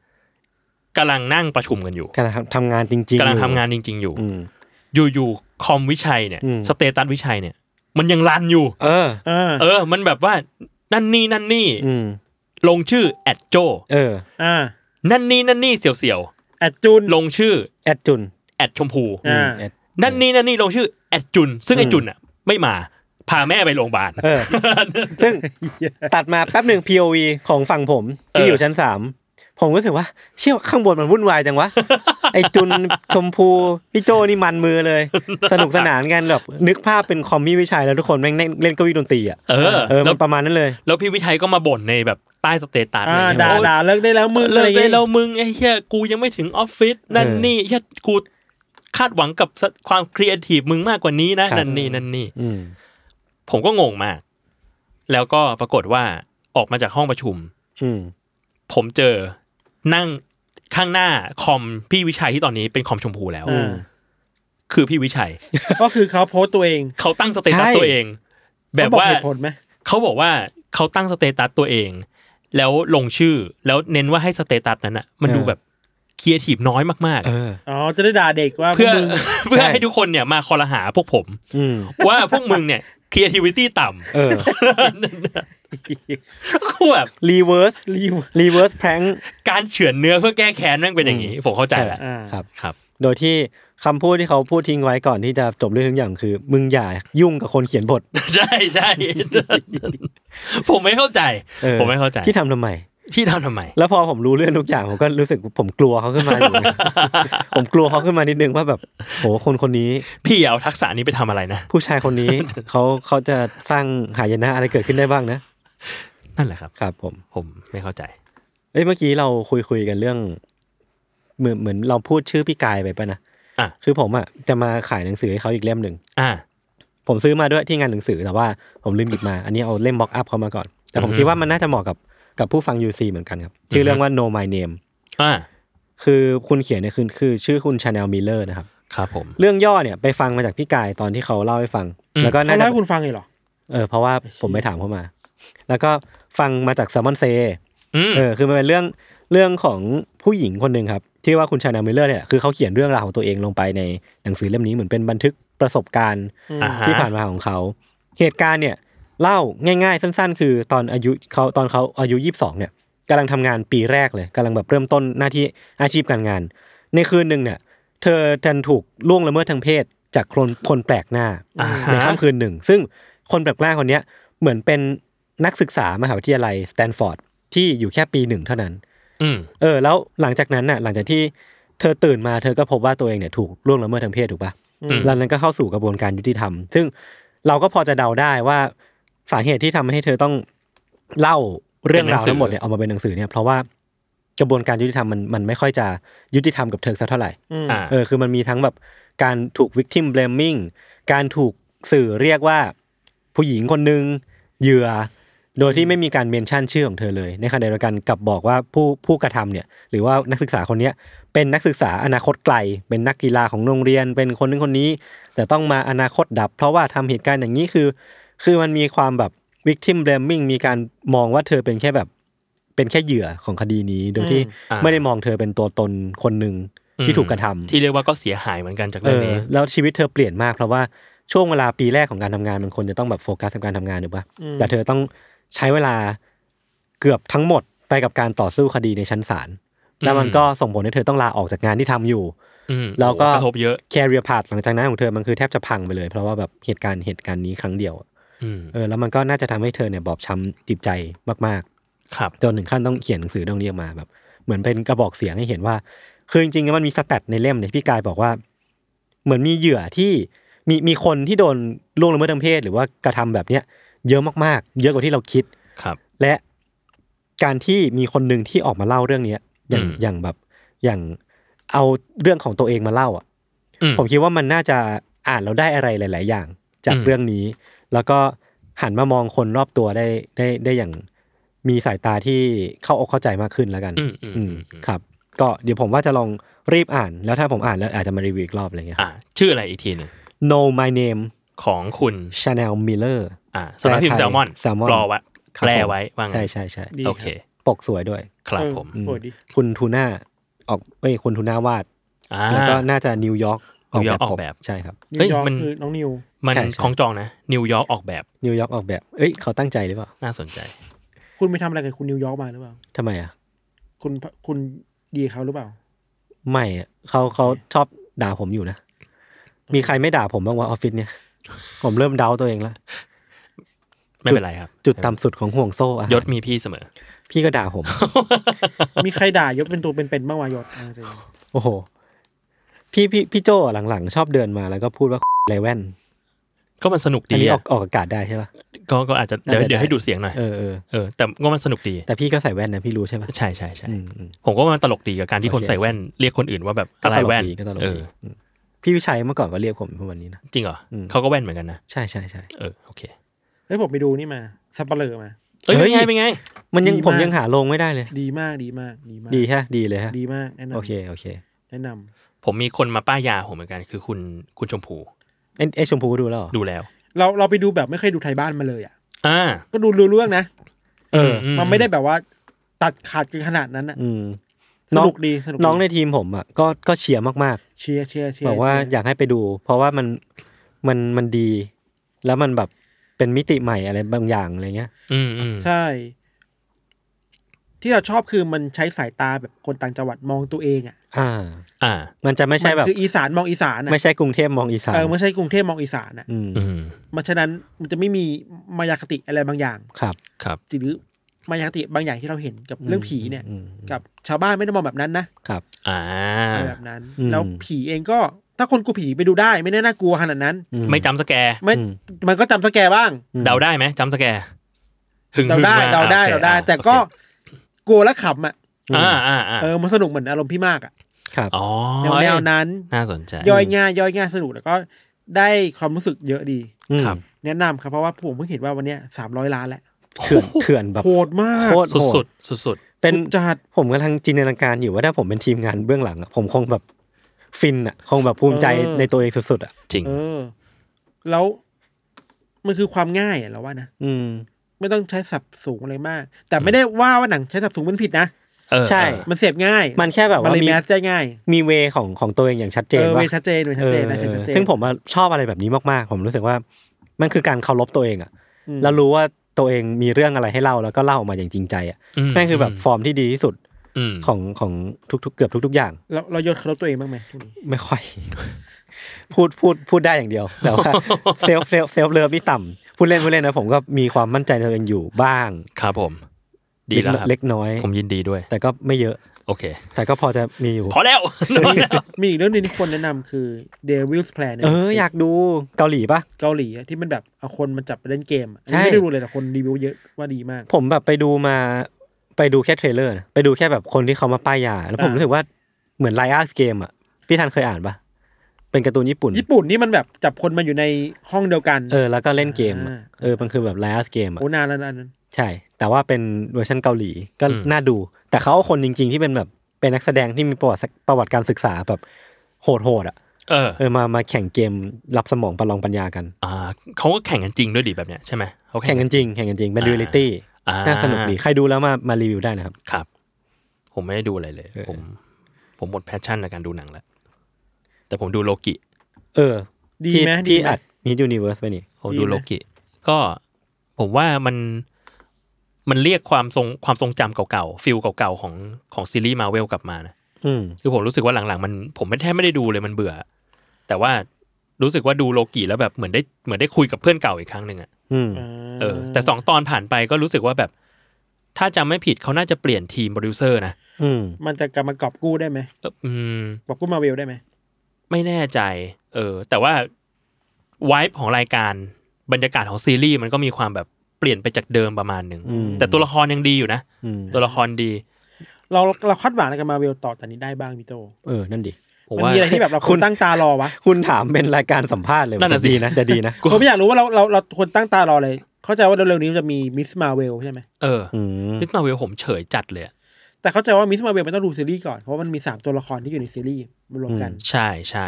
Speaker 4: กำลังนั่งประชุมกันอยู่
Speaker 2: การทำทำงานจริงๆ
Speaker 4: กำลั
Speaker 2: อ
Speaker 4: ง
Speaker 2: ยู่
Speaker 4: ทำงานจริง ๆ อยู่
Speaker 2: อืม
Speaker 4: อยู่ๆคอมวิชัยเนี่ย
Speaker 2: อืม
Speaker 4: สเตตัสวิชัยเนี่ย มันยังรันอยู่
Speaker 2: เออ
Speaker 3: อ่า
Speaker 4: เออ มันแบบว่านั่นนี่นั่นนี่
Speaker 2: อืม
Speaker 4: ลงชื่อแอดโจ
Speaker 2: เออ
Speaker 3: อ่า
Speaker 4: นั่นนี่นั่นนี่เสี่ยว
Speaker 3: แอดจุน
Speaker 4: ๆลงชื่อ
Speaker 2: แอดจุน
Speaker 4: แอดชมพู
Speaker 2: อื
Speaker 3: อ่า
Speaker 2: มแอด
Speaker 4: นั่นนี่นั่นนี่ลงชื่อแอดจุน ซึ่ง
Speaker 2: อืม
Speaker 4: ไอจุนอ่ะ ไม่มาพาแม่ไปโรงพยาบาล
Speaker 2: เอ อ ซึ่งตัดมาแป๊บหนึ่ง POV ของฝั่งผม ที่
Speaker 4: เออ
Speaker 2: อ
Speaker 4: อ
Speaker 2: ยู่ชั้นสาม ผมรู้สึกว่า เชี่ยวข้างบนมันวุ่นวายจัง วะ ไอจุนชมพู พี่โจนี่มันมือเลย สนุกสนานกันแบบนึกภาพเป็นคอมมี่วิชัยแล้วทุกคนแม่งเล่นเล่นเก้าอี้ดนตรีอ่ะ
Speaker 4: เออ
Speaker 2: เออ
Speaker 4: แล้
Speaker 2: มั
Speaker 4: วน
Speaker 2: ประมาณนั้นเลย
Speaker 4: แล้วพี่วิชัยก็มาบ่นในแบบใต้สเตตัส
Speaker 3: อ่า
Speaker 4: อะไรเงี้ย
Speaker 3: ด่า
Speaker 4: โอ๊ย
Speaker 3: ด่าเลิกได้แล้วมึง
Speaker 4: เลิ
Speaker 3: อะไร
Speaker 4: ก
Speaker 3: อย่าง
Speaker 4: ได้
Speaker 3: เงี้ย
Speaker 4: แล้วมึงไอ้เหี้ยกูยังไม่ถึงออฟฟิศนั่น
Speaker 2: เออ
Speaker 4: นี่เหี้ยกูคาดหวังกับสความครีเอทีฟมึงมากกว่านี้นะครับ นั่นนี่นั่นนี่
Speaker 2: อืม
Speaker 4: ผมก็งงมาก แล้วก็ปรากฏว่าออกมาจากห้องประชุม
Speaker 2: อืม
Speaker 4: ผมเจอนั่งข้างหน้าคอมพี่วิชัยที่ตอนนี้เป็นคอมชมพูแล้ว
Speaker 2: อื
Speaker 3: อ่าม
Speaker 4: คือพี่วิชัย
Speaker 3: ก็คือเขาโพสต์ตัวเอง
Speaker 4: เขาตั้งสเตตัส
Speaker 2: ใช่
Speaker 4: ตัวเอง แบบ
Speaker 3: เขอก
Speaker 4: ว่า
Speaker 3: เหตุผลไหม
Speaker 4: เขาบอกว่าเขาตั้งสเตตัสตัวเอง แล้วลงชื่อแล้วเน้นว่าให้สเตตัสนั้นอ่ะ มันดูแบบครีเอทีฟน้อยมาก
Speaker 2: เออ
Speaker 3: อ๋อจะได้ด่าเด็กว่า
Speaker 4: ๆ เพื่อ
Speaker 3: พวกมึง
Speaker 4: เพื่อ
Speaker 2: ใช่
Speaker 4: ให้ทุกคนเนี่ยมาคอรหาพวกผม
Speaker 2: อืม
Speaker 4: ว่าพวกมึงเนี่ยครีเอทิวิตี้ต่ำ
Speaker 2: เออ
Speaker 4: ก็แบบ
Speaker 2: รีเวิร์ส รีเวิร์สแพรง
Speaker 4: การเฉือนเนื้อเพื่อแก้แค้นนั่นเป็นอย่างนี้ ผมเข้าใจแล้ว
Speaker 3: อ่า
Speaker 2: ครับ
Speaker 4: ครับ
Speaker 2: โดยที่คำพูดที่เขาพูดทิ้งไว้ก่อนที่จะจบเรื่องทุกอย่างคือ มึงอย่ายุ่งกับคนเขียนบท
Speaker 4: ใช่ใช่ ผมไม่เข้าใจ
Speaker 2: เออ
Speaker 4: ผมไม่เข้าใจ
Speaker 2: ที่ทำทำไม
Speaker 4: พี่ทำทำไม
Speaker 2: แล้วพอผมรู้เรื่องทุกอย่างผมก็รู้สึกผม กลัวเขาขึ้นมาอยู่ ผมกลัวเขาขึ้นมานิดนึงว่าแบบโหคนคนนี้
Speaker 4: พี่เอาทักษะนี้ไปทำอะไรนะ
Speaker 2: ผู้ชายคนนี้ เขา เขาจะสร้างหายนะอะไรเกิดขึ้นได้บ้างนะ
Speaker 4: นั่นแหละครับ
Speaker 2: ครับ ผม
Speaker 4: ผมไม่เข้าใจ
Speaker 2: เอ้ยเมื่อกี้เราคุยคุยกันเรื่อง เหมือนเหมือนเราพูดชื่อพี่กายไปปะนะ
Speaker 4: อ่ะ
Speaker 2: คือผมอ่ะจะมาขายหนังสือให้เขาอีกเล่มหนึ่ง
Speaker 4: อ่า
Speaker 2: ผมซื้อมาด้วยที่งานหนังสือแต่ว่าผมลืมหยิบมา อันนี้เอาเล่มบ็อกอัพเขามาก่อน แต่ผม
Speaker 4: อือฮึ
Speaker 2: คิดว่ามันน่าจะเหมาะกับกับผู้ฟัง UC เหมือนกันครับ ชื่อเรื่องว่า No My Name
Speaker 4: อ่า
Speaker 2: คือคุณเขียนเนี่ยคือคือชื่อคุณชาแนลมิลเลอร์นะครับ
Speaker 4: ครับผม
Speaker 2: เรื่องย่อเนี่ยไปฟังมาจากพี่กายตอนที่เขาเล่าให้ฟัง
Speaker 4: อืม
Speaker 2: แล้วก็
Speaker 3: เขา
Speaker 2: น่าจะ
Speaker 3: เล่าให้คุณฟังเลยเหรอ
Speaker 2: เออเพราะว่าผมไปถามเขามา แล้วก็ฟังมาจากแซมมอนเซ
Speaker 4: อืม
Speaker 2: เออคือมันเป็นเรื่องเรื่องของผู้หญิงคนหนึ่งครับ ที่ว่าคุณชาแนลมิลเลอร์เนี่ยคือเขาเขียนเรื่องราวของตัวเองลงไปในหนังสือเล่มนี้เหมือนเป็นบันทึกประสบการณ์
Speaker 4: อ่าฮะ
Speaker 2: ที่ผ่านมาของเขา เหตุการณ์เนี่ยเล่าง่าย ๆ สั้น ๆ คือตอนอายุเขาตอนเขาอายุยี่สองเนี่ยกำลังทำงานปีแรกเลยกำลังแบบเริ่มต้นหน้าที่อาชีพการงาน ในคืนหนึ่งเนี่ย เธอดันถูกล่วงละเมิดทางเพศจากคนคนแปลกหน้า
Speaker 4: อ่าฮะ
Speaker 2: ในค่ำคืนหนึ่ง ซึ่งคนแปลกหน้าคนเนี้ยเหมือนเป็นนักศึกษามหาวิทยาลัยสแตนฟอร์ดที่อยู่แค่ปีหนึ่งเท่านั้น
Speaker 4: อืม
Speaker 2: เออแล้วหลังจากนั้นน่ะหลังจากที่ เธอตื่นมาเธอก็พบว่าตัวเองเนี่ยถูกล่วงละเมิดทางเพศถูกปะ
Speaker 4: อืม
Speaker 2: หลังนั้นก็เข้าสู่กระบวนการยุติธรรม ซึ่งเราก็พอจะเดาได้ว่าสาเหตุที่ทำให้เธอต้องเล่าเรื่องราวทั้งหมดเนี่ยเอามาเป็นหนังสือเนี่ยเพราะว่ากระบวนการยุติธรรมมันมันไม่ค่อยจะยุติธรรมกับเธอสักเท่าไหร่
Speaker 3: อืม
Speaker 4: อ่า
Speaker 2: เออคือมันมีทั้งแบบการถูก victim blaming การถูกสื่อเรียกว่าผู้หญิงคนหนึ่งเหยื่อ โดยที่ไม่มีการเมนชั่นชื่อของเธอเลย ในขณะเดียวกันกลับบอกว่าผู้ผู้กระทำเนี่ยหรือว่านักศึกษาคนเนี้ยเป็นนักศึกษาอนาคตไกล เป็นนักกีฬาของโรงเรียน เป็นคนนึงคนนี้ แต่ต้องมาอนาคตดับ เพราะว่าทำเหตุการณ์อย่างนี้คือ คือมันมีความแบบ victim blaming มีการมองว่าเธอเป็นแค่แบบเป็นแค่เหยื่อของคดีนี้ โดยที่
Speaker 4: อืม
Speaker 2: ไม่ได้มองเธอเป็นตัวตนคนหนึ่งที่ถูกกระทำ
Speaker 4: ที่เรียกว่าก็เสียหายเหมือนกันจาก
Speaker 2: เอ
Speaker 4: เรื่อง
Speaker 2: อ
Speaker 4: นี้
Speaker 2: แล้วชีวิตเธอเปลี่ยนมากเพราะว่าช่วงเวลาปีแรกของการทำงานมันควรจะต้องแบบโฟกัสกับการทำงานถูกปะแต่เธอต้องใช้เวลาเกือบทั้งหมดไปกับการต่อสู้คดีในชั้นศาลแล้วมันก็ส่งผลให้เธอต้องลาออกจากงานที่ทำอยู่
Speaker 4: อืม
Speaker 2: แล้วก็
Speaker 4: โอ้กระทบเยอะ
Speaker 2: แคริเอร์พาหลังจากนั้นของเธอมันคือแทบจะพังไปเลย เพราะว่าแบบเหตุการณ์เหตุการณ์นี้ครั้งเดียวอะ
Speaker 4: อืม
Speaker 2: เออแล้วมันก็น่าจะทำให้เธอเนี่ยบอบช้ำจิตใจมากๆ
Speaker 4: ครับ
Speaker 2: จนถึงขั้นต้องเขียนหนังสือเรื่องนี้ออกมาแบบ เหมือนเป็นกระบอกเสียงให้เห็นว่า คือจริงๆแล้วมันมีสแตทในเล่มเนี่ยพี่กายบอกว่า เหมือนมีเหยื่อที่มีมีคนที่โดนล่วงละเมิดทางเพศ หรือว่ากระทำแบบเนี้ยเยอะมากๆ เยอะกว่าที่เราคิด
Speaker 4: ครับ
Speaker 2: และการที่มีคนหนึ่งที่ออกมาเล่าเรื่องเนี้ยอย่าง
Speaker 4: อืม
Speaker 2: อย่างแบบอย่างเอาเรื่องของตัวเองมาเล่าอ่ะ
Speaker 4: อืม
Speaker 2: ผมคิดว่ามันน่าจะอ่านเราได้อะไรหลาย ๆ อย่าง จาก
Speaker 4: อืม
Speaker 2: เรื่องนี้ แล้วก็หันมามองคนรอบตัวได้ได้ได้อย่างมีสายตาที่เข้าอกเข้าใจมากขึ้นแล้วกัน
Speaker 4: อืมอืม
Speaker 2: อื
Speaker 4: อื
Speaker 2: ม
Speaker 4: ม
Speaker 2: ครับ ก็เดี๋ยวผมว่าจะลองรีบอ่าน แล้วถ้าผมอ่านแล้วอาจจะมารีวิวอีกรอบอะไรเงี้ย
Speaker 4: อ่าชื่ออะไรอีกทีหนึ่ง
Speaker 2: No My Name
Speaker 4: ของคุณ
Speaker 2: Chanel Miller
Speaker 4: อ่าสำนักพิมพ์แซลมอน
Speaker 2: แซลมอน
Speaker 4: รอไว้
Speaker 2: ค
Speaker 4: แป
Speaker 2: บ
Speaker 4: ล
Speaker 2: ผม
Speaker 4: ไว้ว่างน
Speaker 2: ใช่ใช่ใช่
Speaker 3: ดี
Speaker 4: โอเค
Speaker 2: ปกสวยด้วย
Speaker 4: ครับ
Speaker 3: เออ
Speaker 4: ผม
Speaker 3: สวยดี
Speaker 2: คุณทูน่าออกเอ้ยคุณทูน่าวาด
Speaker 4: อ่า
Speaker 2: แล้วก็น่าจะนิวยอร์กออก
Speaker 4: นิวย
Speaker 2: แบ
Speaker 4: อบ ร์
Speaker 2: ป
Speaker 4: กออก
Speaker 2: ก
Speaker 4: แบบ
Speaker 2: ใช่ครับ
Speaker 3: นิ
Speaker 4: เฮ้
Speaker 3: วย ยอร์ก
Speaker 4: มัน
Speaker 3: คือน้องนิว
Speaker 4: มัน
Speaker 2: ใช่ใช่
Speaker 4: ของจองนะนิวยอร์กออกแบบ
Speaker 2: นิวยอร์กออกแบบเอ้ยเขาตั้งใจหรือเปล่า
Speaker 4: น่าสนใจ
Speaker 3: คุณไปทำอะไรกับคุณนิวยอร์กมาหรือเปล่า
Speaker 2: ทำไมอ่ะ
Speaker 3: คุณคุณดีเขาหรือเปล่า
Speaker 2: ไม่อะเขาเขาชอบด่าผมอยู่นะ มีใครไม่ด่าผมบ้างวะออฟฟิศเนี่ย ผมเริ่มเดาตัวเองละ
Speaker 4: ไม่เป็นไรครับ
Speaker 2: จุดต่ำสุดของห่วงโซ่อะ
Speaker 4: ยศมีพี่เสมอ
Speaker 2: พี่ก็ด่าผม
Speaker 3: มีใครด่ายศเป็นตัวเป็นๆบ้างวะยศเอาจริง
Speaker 2: โอ้โห พี่พี่พี่โจอะหลังๆ ชอบเดินมาแล้วก็พูดว่า ไรแว่น
Speaker 4: ก็มันสนุก
Speaker 2: อัน
Speaker 4: ดี
Speaker 2: นี้ออ
Speaker 4: อะ
Speaker 2: กออกอากาศได้ใช่ปะ
Speaker 4: ก็ก็อาจจะเดี๋ยว
Speaker 2: ได้ได้
Speaker 4: เดี๋ยวให้ดูดเสียงหน่อย
Speaker 2: เออเออ
Speaker 4: เออแต่ก็มันสนุกดี
Speaker 2: แต่พี่ก็ใส่แว่นนะพี่รู้ใช่ปะ
Speaker 4: ใช่ใช่ใช่
Speaker 2: อืมอืม
Speaker 4: ผมก็ว่ามันตลกดีกับการที่
Speaker 2: โอเค
Speaker 4: คนใส่แว่น เรียกคนอื่นว่าแบบ
Speaker 2: ก็
Speaker 4: อะไร
Speaker 2: ตลก
Speaker 4: แว่น
Speaker 2: ดีก็ตลก
Speaker 4: เอ
Speaker 2: ดี
Speaker 4: อ
Speaker 2: มพี่วิชัยเมื่อก่อนก็เรียกผมเป็นวันนี้นะ
Speaker 4: จริงเหรออ
Speaker 2: ม
Speaker 4: เขาก็แว่นเหมือนกันนะ
Speaker 2: ใช่ใช่ใช่
Speaker 4: เออโอเค
Speaker 3: ๆเฮ้ยผมไปดูนี่มาสับเปลือมา
Speaker 4: เอ้ย
Speaker 2: เฮ้
Speaker 4: เป็
Speaker 2: ย
Speaker 4: นไงเป็นไง
Speaker 2: มันยัง
Speaker 3: ดีมาก
Speaker 2: ผมยังหาลงไม่ได้เลย
Speaker 3: ดีมากดีมากดีมาก
Speaker 2: ดีฮะดีเลยฮะ
Speaker 3: ดีมากแนะนำ
Speaker 2: โอเคโอเค
Speaker 3: แนะนำ
Speaker 4: ผมมีคนมาป้ายยาผมเหมือนกันคือคุณคุณชมพู
Speaker 2: เอ้ยเอ้ยชมพูดูแล้วเหรอ
Speaker 4: ดูแล้ว
Speaker 3: เราเราไปดูแบบไม่เคยดูไทยบ้านมาเลยอ่ะ
Speaker 4: อ่า
Speaker 3: ก็ดูรู้เรื่องนะ
Speaker 4: เอออื
Speaker 3: มันไม่ได้แบบว่าตัดขาดกันขนาดนั้นอ่ะ
Speaker 2: อืม
Speaker 3: ส
Speaker 2: น้อง
Speaker 3: นุกดีสนุกดี
Speaker 2: น้องในทีมผมอ่ะก็ก็เชียร์มาก
Speaker 3: เชียร์เชียร์เชี
Speaker 2: ๆ
Speaker 3: ยร์
Speaker 2: บอกว่า
Speaker 3: เชียร์
Speaker 2: อยากให้ไปดู เพราะว่ามันมันมันดี แล้วมันแบบเป็นมิติใหม่อะไรบางอย่างอะไรเงี้ย
Speaker 4: อืมอืม
Speaker 3: ใช่ ที่เราชอบคือมันใช้สายตาแบบคนต่างจังหวัดมองตัวเองอ่ะ
Speaker 2: อ่า
Speaker 4: อ่า
Speaker 2: มันจะไม่ใช่แบบ
Speaker 3: นคืออีสานมองอีสานอ่ะ
Speaker 2: ไม่ใช่กรุงเทพมองอีสาน
Speaker 3: เออไม่ใช่กรุงเทพมองอีสานอ่ะ
Speaker 2: อืม
Speaker 4: อืม
Speaker 3: มันฉะนั้นมันจะไม่มีมายาคติอะไรบางอย่าง
Speaker 2: ครับ
Speaker 4: ครับ
Speaker 3: หรือมายาคติบางอย่างที่เราเห็นกับเรื่องผีเนี่ย
Speaker 2: อืม
Speaker 3: กับชาวบ้านไม่ได้มองแบบนั้นนะครับ
Speaker 4: อ่า
Speaker 3: แบบนั้น
Speaker 2: อืม
Speaker 3: แล้วผีเองก็ ถ้าคนกลัวผีไปดูได้ ไม่ได้น่ากลัวขนาดนั้น
Speaker 2: อื
Speaker 4: ไม่จำสแกร์
Speaker 3: ไม่
Speaker 2: อืม
Speaker 3: มันก็จำสแกร์บ้าง
Speaker 2: อืม
Speaker 4: เดาได้ไหมจำสแกร์หึง
Speaker 3: เราได้
Speaker 4: หึงม
Speaker 3: เราได้
Speaker 4: อ่ะ
Speaker 3: เราได้
Speaker 4: โอค
Speaker 3: แต่ก็กลัวและขำอ่ะ
Speaker 4: โอเคอ่าอ่าอ่า
Speaker 3: เออมันสนุกเหมือนอารมณ์พี่มากอ่ะ
Speaker 2: ครับ
Speaker 4: อ๋อ
Speaker 3: แนวแนวนั้น
Speaker 4: น่าสนใจ
Speaker 3: ย่อยง่ายย่อยง่ายสนุกแล้วก็ได้ความรู้สึกเยอะดี
Speaker 2: อืม
Speaker 4: ครับ
Speaker 3: แนะนำครับเพราะว่าผมเพิ่งเห็นว่าวันเนี้ยสามร้อยล้านแล้ว
Speaker 2: เถื่อนเถื่อนแบบ
Speaker 3: โหดมาก
Speaker 2: โคตร
Speaker 4: สุด
Speaker 2: โห
Speaker 4: สุ
Speaker 2: ด
Speaker 4: ดสุดสุด
Speaker 2: เป็น
Speaker 3: จัด
Speaker 2: ผมกำลังจินตนาการอยู่ว่าถ้าผมเป็นทีมงานเบื้องหลังอะผมคงแบบฟินอ่ะคงแบบภูมิใจในตัวเองสุดๆอ่ะ
Speaker 4: ๆจริง
Speaker 3: เออ แล้วมันคือความง่ายอะเราว่านะ
Speaker 2: อืม
Speaker 3: ไม่ต้องใช้สับสูงอะไรมาก แต่ไม่ได้ว่าว่าหนังใช้สับสูงมันผิดนะ
Speaker 4: เออ
Speaker 2: ใช่
Speaker 4: เออ
Speaker 3: มันเสพง่าย
Speaker 2: มันแค่แบบ
Speaker 3: มัน
Speaker 2: ว่า
Speaker 3: เลย
Speaker 2: มี
Speaker 3: แมสได้ง่าย
Speaker 2: มีเวของของตัวเองอย่างชัดเจน
Speaker 3: ออ
Speaker 2: ว่า
Speaker 3: มันชัดเจนมันชัดเจนนะ
Speaker 2: เออ
Speaker 3: ชัดเจน
Speaker 2: ซึ่งผมอะชอบอะไรแบบนี้มากๆ ผมรู้สึกว่า มันคือการเคารพตัวเองอะ
Speaker 3: อืม
Speaker 2: แล้วรู้ว่าตัวเองมีเรื่องอะไรให้เล่าแล้วก็เล่าออกมาอย่างจริงใจอะ
Speaker 4: ม
Speaker 2: นั่นคือแบบฟอร์มที่ดีที่สุด
Speaker 4: ม
Speaker 2: ของของทุก ๆ เกือบทุก ๆ อย่าง
Speaker 3: เราเรายศเคารพตัวเองบ้างไหมช่วงนี้
Speaker 2: ไม่ค่อย พูดพูดพูดได้อย่างเดียวแต่ว่าเซลฟ์เซลฟ์เซลฟ์เลิฟนี่ต่ำพูดเล่นพูดเล่นนะผมก็มีความมั่นใจในตัวเองอยู่บ้าง
Speaker 4: ครับผม ดีแล้วครับ
Speaker 2: เล็กน้อย
Speaker 4: ผมยินดีด้วย
Speaker 2: แต่ก็ไม่เยอะ
Speaker 4: โอเค
Speaker 2: แต่ก็พอจะมีอยู่
Speaker 4: พอแล้ว พอแล้ว
Speaker 3: มีอีกเรื่องหนึงที่ควรแนะนำคือ Devil's Plan นี่
Speaker 2: เอออยากดูเกาหลีปะ
Speaker 3: เกาหลีอะที่มันแบบเอาคนมาจับไปเล่นเกมอะ
Speaker 2: ใช่
Speaker 3: ไม่ได้ดูเลยแต่คนรีวิวเยอะว่าดีมาก
Speaker 2: ผมแบบไปดูมาไปดูแค่เทรลเลอร์นะไปดูแค่แบบคนที่เขามาป้ายยา แล้วผม
Speaker 3: อ่ารู้
Speaker 2: รู้สึกว่าเหมือนไลอาสเกมอ่ะ พี่ทันเคยอ่านปะเป็นการ์ตูนญี่ปุ่น
Speaker 3: ญี่ปุ่นนี่มันแบบจับคนมาอยู่ในห้องเดียวกัน
Speaker 2: เออ แล้วก็เล่นเกมอะ
Speaker 3: อ่า
Speaker 2: เออ มันคือแบบไลอาสเกมอ่ะ
Speaker 3: โอ้นานแล้วนะอันนั้น
Speaker 2: ใช่ แต่ว่าเป็นเวอร์ชันเกาหลีก็น่าดู แต่เขาเอาคนจริง ๆ ที่เป็นแบบเป็นนักแสดงที่มีประวัติประวัติการศึกษาแบบโหดๆอ่ะ
Speaker 4: เออ
Speaker 2: เออมามาแข่งเกมรับสมองประลองปัญญากัน
Speaker 4: อ่าเขาก็แข่งกันจริงด้วยดิแบบเนี้ยใช่ไหมเขา
Speaker 2: แข่งกันจริงแข่งกันจริงเป็นเรียลิตี้
Speaker 4: อ่
Speaker 2: น่าสนุกดีใครดูแล้วมามารีวิวได้นะครับ
Speaker 4: ครับ ผมไม่ได้ดูอะไรเลย
Speaker 2: เออ
Speaker 4: ผม ผมหมดแพชชั่นในการดูหนังแล้ว แต่ผมดูโลกิ
Speaker 2: เออ
Speaker 3: ดี
Speaker 2: พี่
Speaker 3: ไหมดี
Speaker 2: พี่
Speaker 3: ไหม
Speaker 2: อัดมิจูนิเวิร์สไปนี่
Speaker 4: ผม
Speaker 3: ดี
Speaker 4: ดู
Speaker 3: ไหม
Speaker 4: โลกิก็ผมว่ามันมันเรียกความทรงความทรงจำเก่าๆฟิลเก่าๆของของซีรีส์มาเวลกลับมานะ
Speaker 2: อืม
Speaker 4: คือผมรู้สึกว่าหลังๆ มันผมไม่แทบไม่ได้ดูเลยมันเบื่อ แต่ว่ารู้สึกว่าดูโลกิแล้วแบบเหมือนได้เหมือนได้คุยกับเพื่อนเก่าอีกครั้งหนึ่งอะ
Speaker 2: อืม
Speaker 4: เออแต่สองตอนผ่านไปก็รู้สึกว่าแบบ ถ้าจำไม่ผิดเขาน่าจะเปลี่ยนทีมโปรดิวเซอร์นะ
Speaker 2: อืม
Speaker 3: มันจะกลับมากอบกู้ได้ไหม
Speaker 4: เอออืม
Speaker 3: กอบกู้มาเวลได้ไหม
Speaker 4: ไม่แน่ใจ เออ แต่ว่าวายของรายการบรรยากาศของซีรีส์มันก็มีความแบบเปลี่ยนไปจากเดิมประมาณหนึ่ง
Speaker 2: อืม
Speaker 4: แต่ตัวละครยังดีอยู่นะ
Speaker 2: อืม
Speaker 4: ตัวละครดี
Speaker 3: เราเราคาดหวังอะไรกับมาเวลต่อจากนี้ได้บ้างพี่โต
Speaker 2: เออ นั่นดิ
Speaker 4: ผม
Speaker 3: มัน
Speaker 4: ว่า
Speaker 3: มีอะไร ที่แบบเราควรตั้งตารอวะ
Speaker 2: คุณถามเป็นรายการสัมภาษณ์เลย
Speaker 4: นั่นน่ะ
Speaker 2: แต่ดี
Speaker 4: สิ
Speaker 2: นะแต่ดีนะ
Speaker 3: ผมอยากรู้ว่าเราเราเราควรตั้งตารอเลย เข้าใจว่าเร็วๆนี้มันจะมีมิสมาเวลใช่ไหม
Speaker 4: เออ
Speaker 2: อืม
Speaker 4: มิสมาเวลผมเฉยจัดเลยอะ
Speaker 3: แต่เข้าใจว่ามิสมาเวลมันต้องดูซีรีส์ก่อน เพราะว่ามันมีสามตัวละครที่อยู่ในซีรีส์มารวมกัน
Speaker 4: ใช่ใช่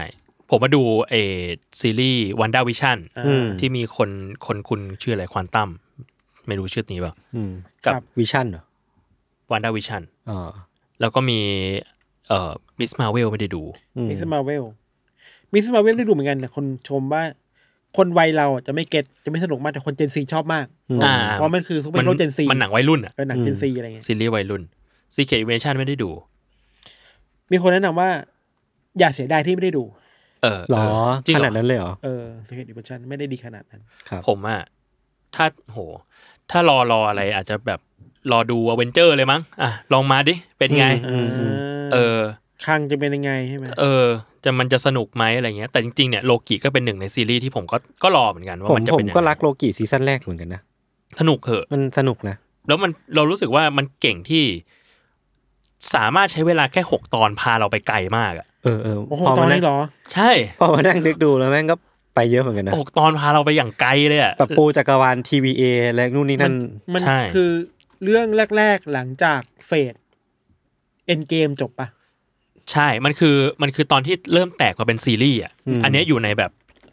Speaker 4: ผมมาดูเออซีรีส์วันด้าวิชั่น
Speaker 3: อ่า
Speaker 2: อืม
Speaker 4: ที่มีคนคนคุณชื่ออะไรควอนตัมไม่รู้ชื่อนี้เปล่า
Speaker 2: อืม
Speaker 4: กับ
Speaker 3: ครับ
Speaker 2: วิชั่นเหรอ
Speaker 4: วันด้าวิชั่น
Speaker 2: อ๋อ
Speaker 4: แล้วก็มีเอ่อมิสมาเวลไม่ได้ดู
Speaker 2: อืม
Speaker 3: มิสมาเวลมิสมาเวลได้ดูเหมือนกันแต่คนชมว่า คนวัยเราอ่ะจะไม่เก็ตจะไม่สนุกมากแต่คนเจนซีชอบมาก
Speaker 2: ม
Speaker 4: อ่า
Speaker 3: เพราะมันคือซูเปอร์
Speaker 4: มั
Speaker 3: ฮีโร่เจนซี
Speaker 4: มันหนังวัยรุ่นอะ
Speaker 3: เป็นหนัง
Speaker 2: อืม
Speaker 3: เจนซีอะไรเงี้ย
Speaker 4: ซีรีส์วัยรุ่นซีเคทเวชั่นไม่ได้ดู
Speaker 3: มีคนแนะนำว่า อย่าเสียดายที่ไม่ได้ดู
Speaker 4: เออ
Speaker 2: หรอ
Speaker 4: เจริง
Speaker 2: ข
Speaker 4: เหร
Speaker 2: นา
Speaker 4: อ
Speaker 2: ดนั้นเลยเหรอ
Speaker 3: เออสเกตดิบชันไม่ได้ดีขนาดนั้น
Speaker 2: ครับ
Speaker 4: ผมอะถ้าโห ถ้ารอรออะไรอาจจะแบบรอดูอเวนเจอร์เลยมั้งอ่ะลองมาดิ เป็นไง
Speaker 2: อืมอืม
Speaker 4: เออ
Speaker 3: คลังจะเป็นยังไงใช่ไหม
Speaker 4: เออ จะมันจะสนุกไหมอะไรเงี้ย แต่จริงๆเนี่ยโลกิก็เป็นหนึ่งในซีรีส์ที่ผมก็ก็รอเหมือนกันว่า
Speaker 2: ผม
Speaker 4: มันจะ
Speaker 2: ผ
Speaker 4: เป็
Speaker 2: ม
Speaker 4: นยัง
Speaker 2: ก็
Speaker 4: ไง
Speaker 2: รักโลกิซีซั่นแรกเหมือนกันนะ
Speaker 4: สนุกเหอะ
Speaker 2: มันสนุกนะ
Speaker 4: แล้วมันเรารู้สึกว่ามันเก่งที่ สามารถใช้เวลาแค่หกตอนพาเราไปไกลมากอะ
Speaker 2: เออเออ
Speaker 3: โอ้โห
Speaker 2: พอ
Speaker 3: ตอ
Speaker 2: มาน นั่ง
Speaker 3: นี้เหรอ
Speaker 4: ใช่
Speaker 2: พอมานั่งนึกดูแล้วแม่งก็ไปเยอะเหมือนกันนะ
Speaker 4: หกตอนพาเราไปอย่างไกลเลยอะ
Speaker 2: แบบปูจักรวาล TVA และนู่นนี่นั่น
Speaker 3: มัน
Speaker 4: ใช่
Speaker 3: คือเรื่องแรก ๆ หลังจากเฟดเอ็นเกมจบปะ
Speaker 4: ใช่ มันคือ มันคือตอนที่เริ่มแตกมาเป็นซีรีส์อ่ะ
Speaker 2: อืม
Speaker 4: อันเนี้ยอยู่ในแบบ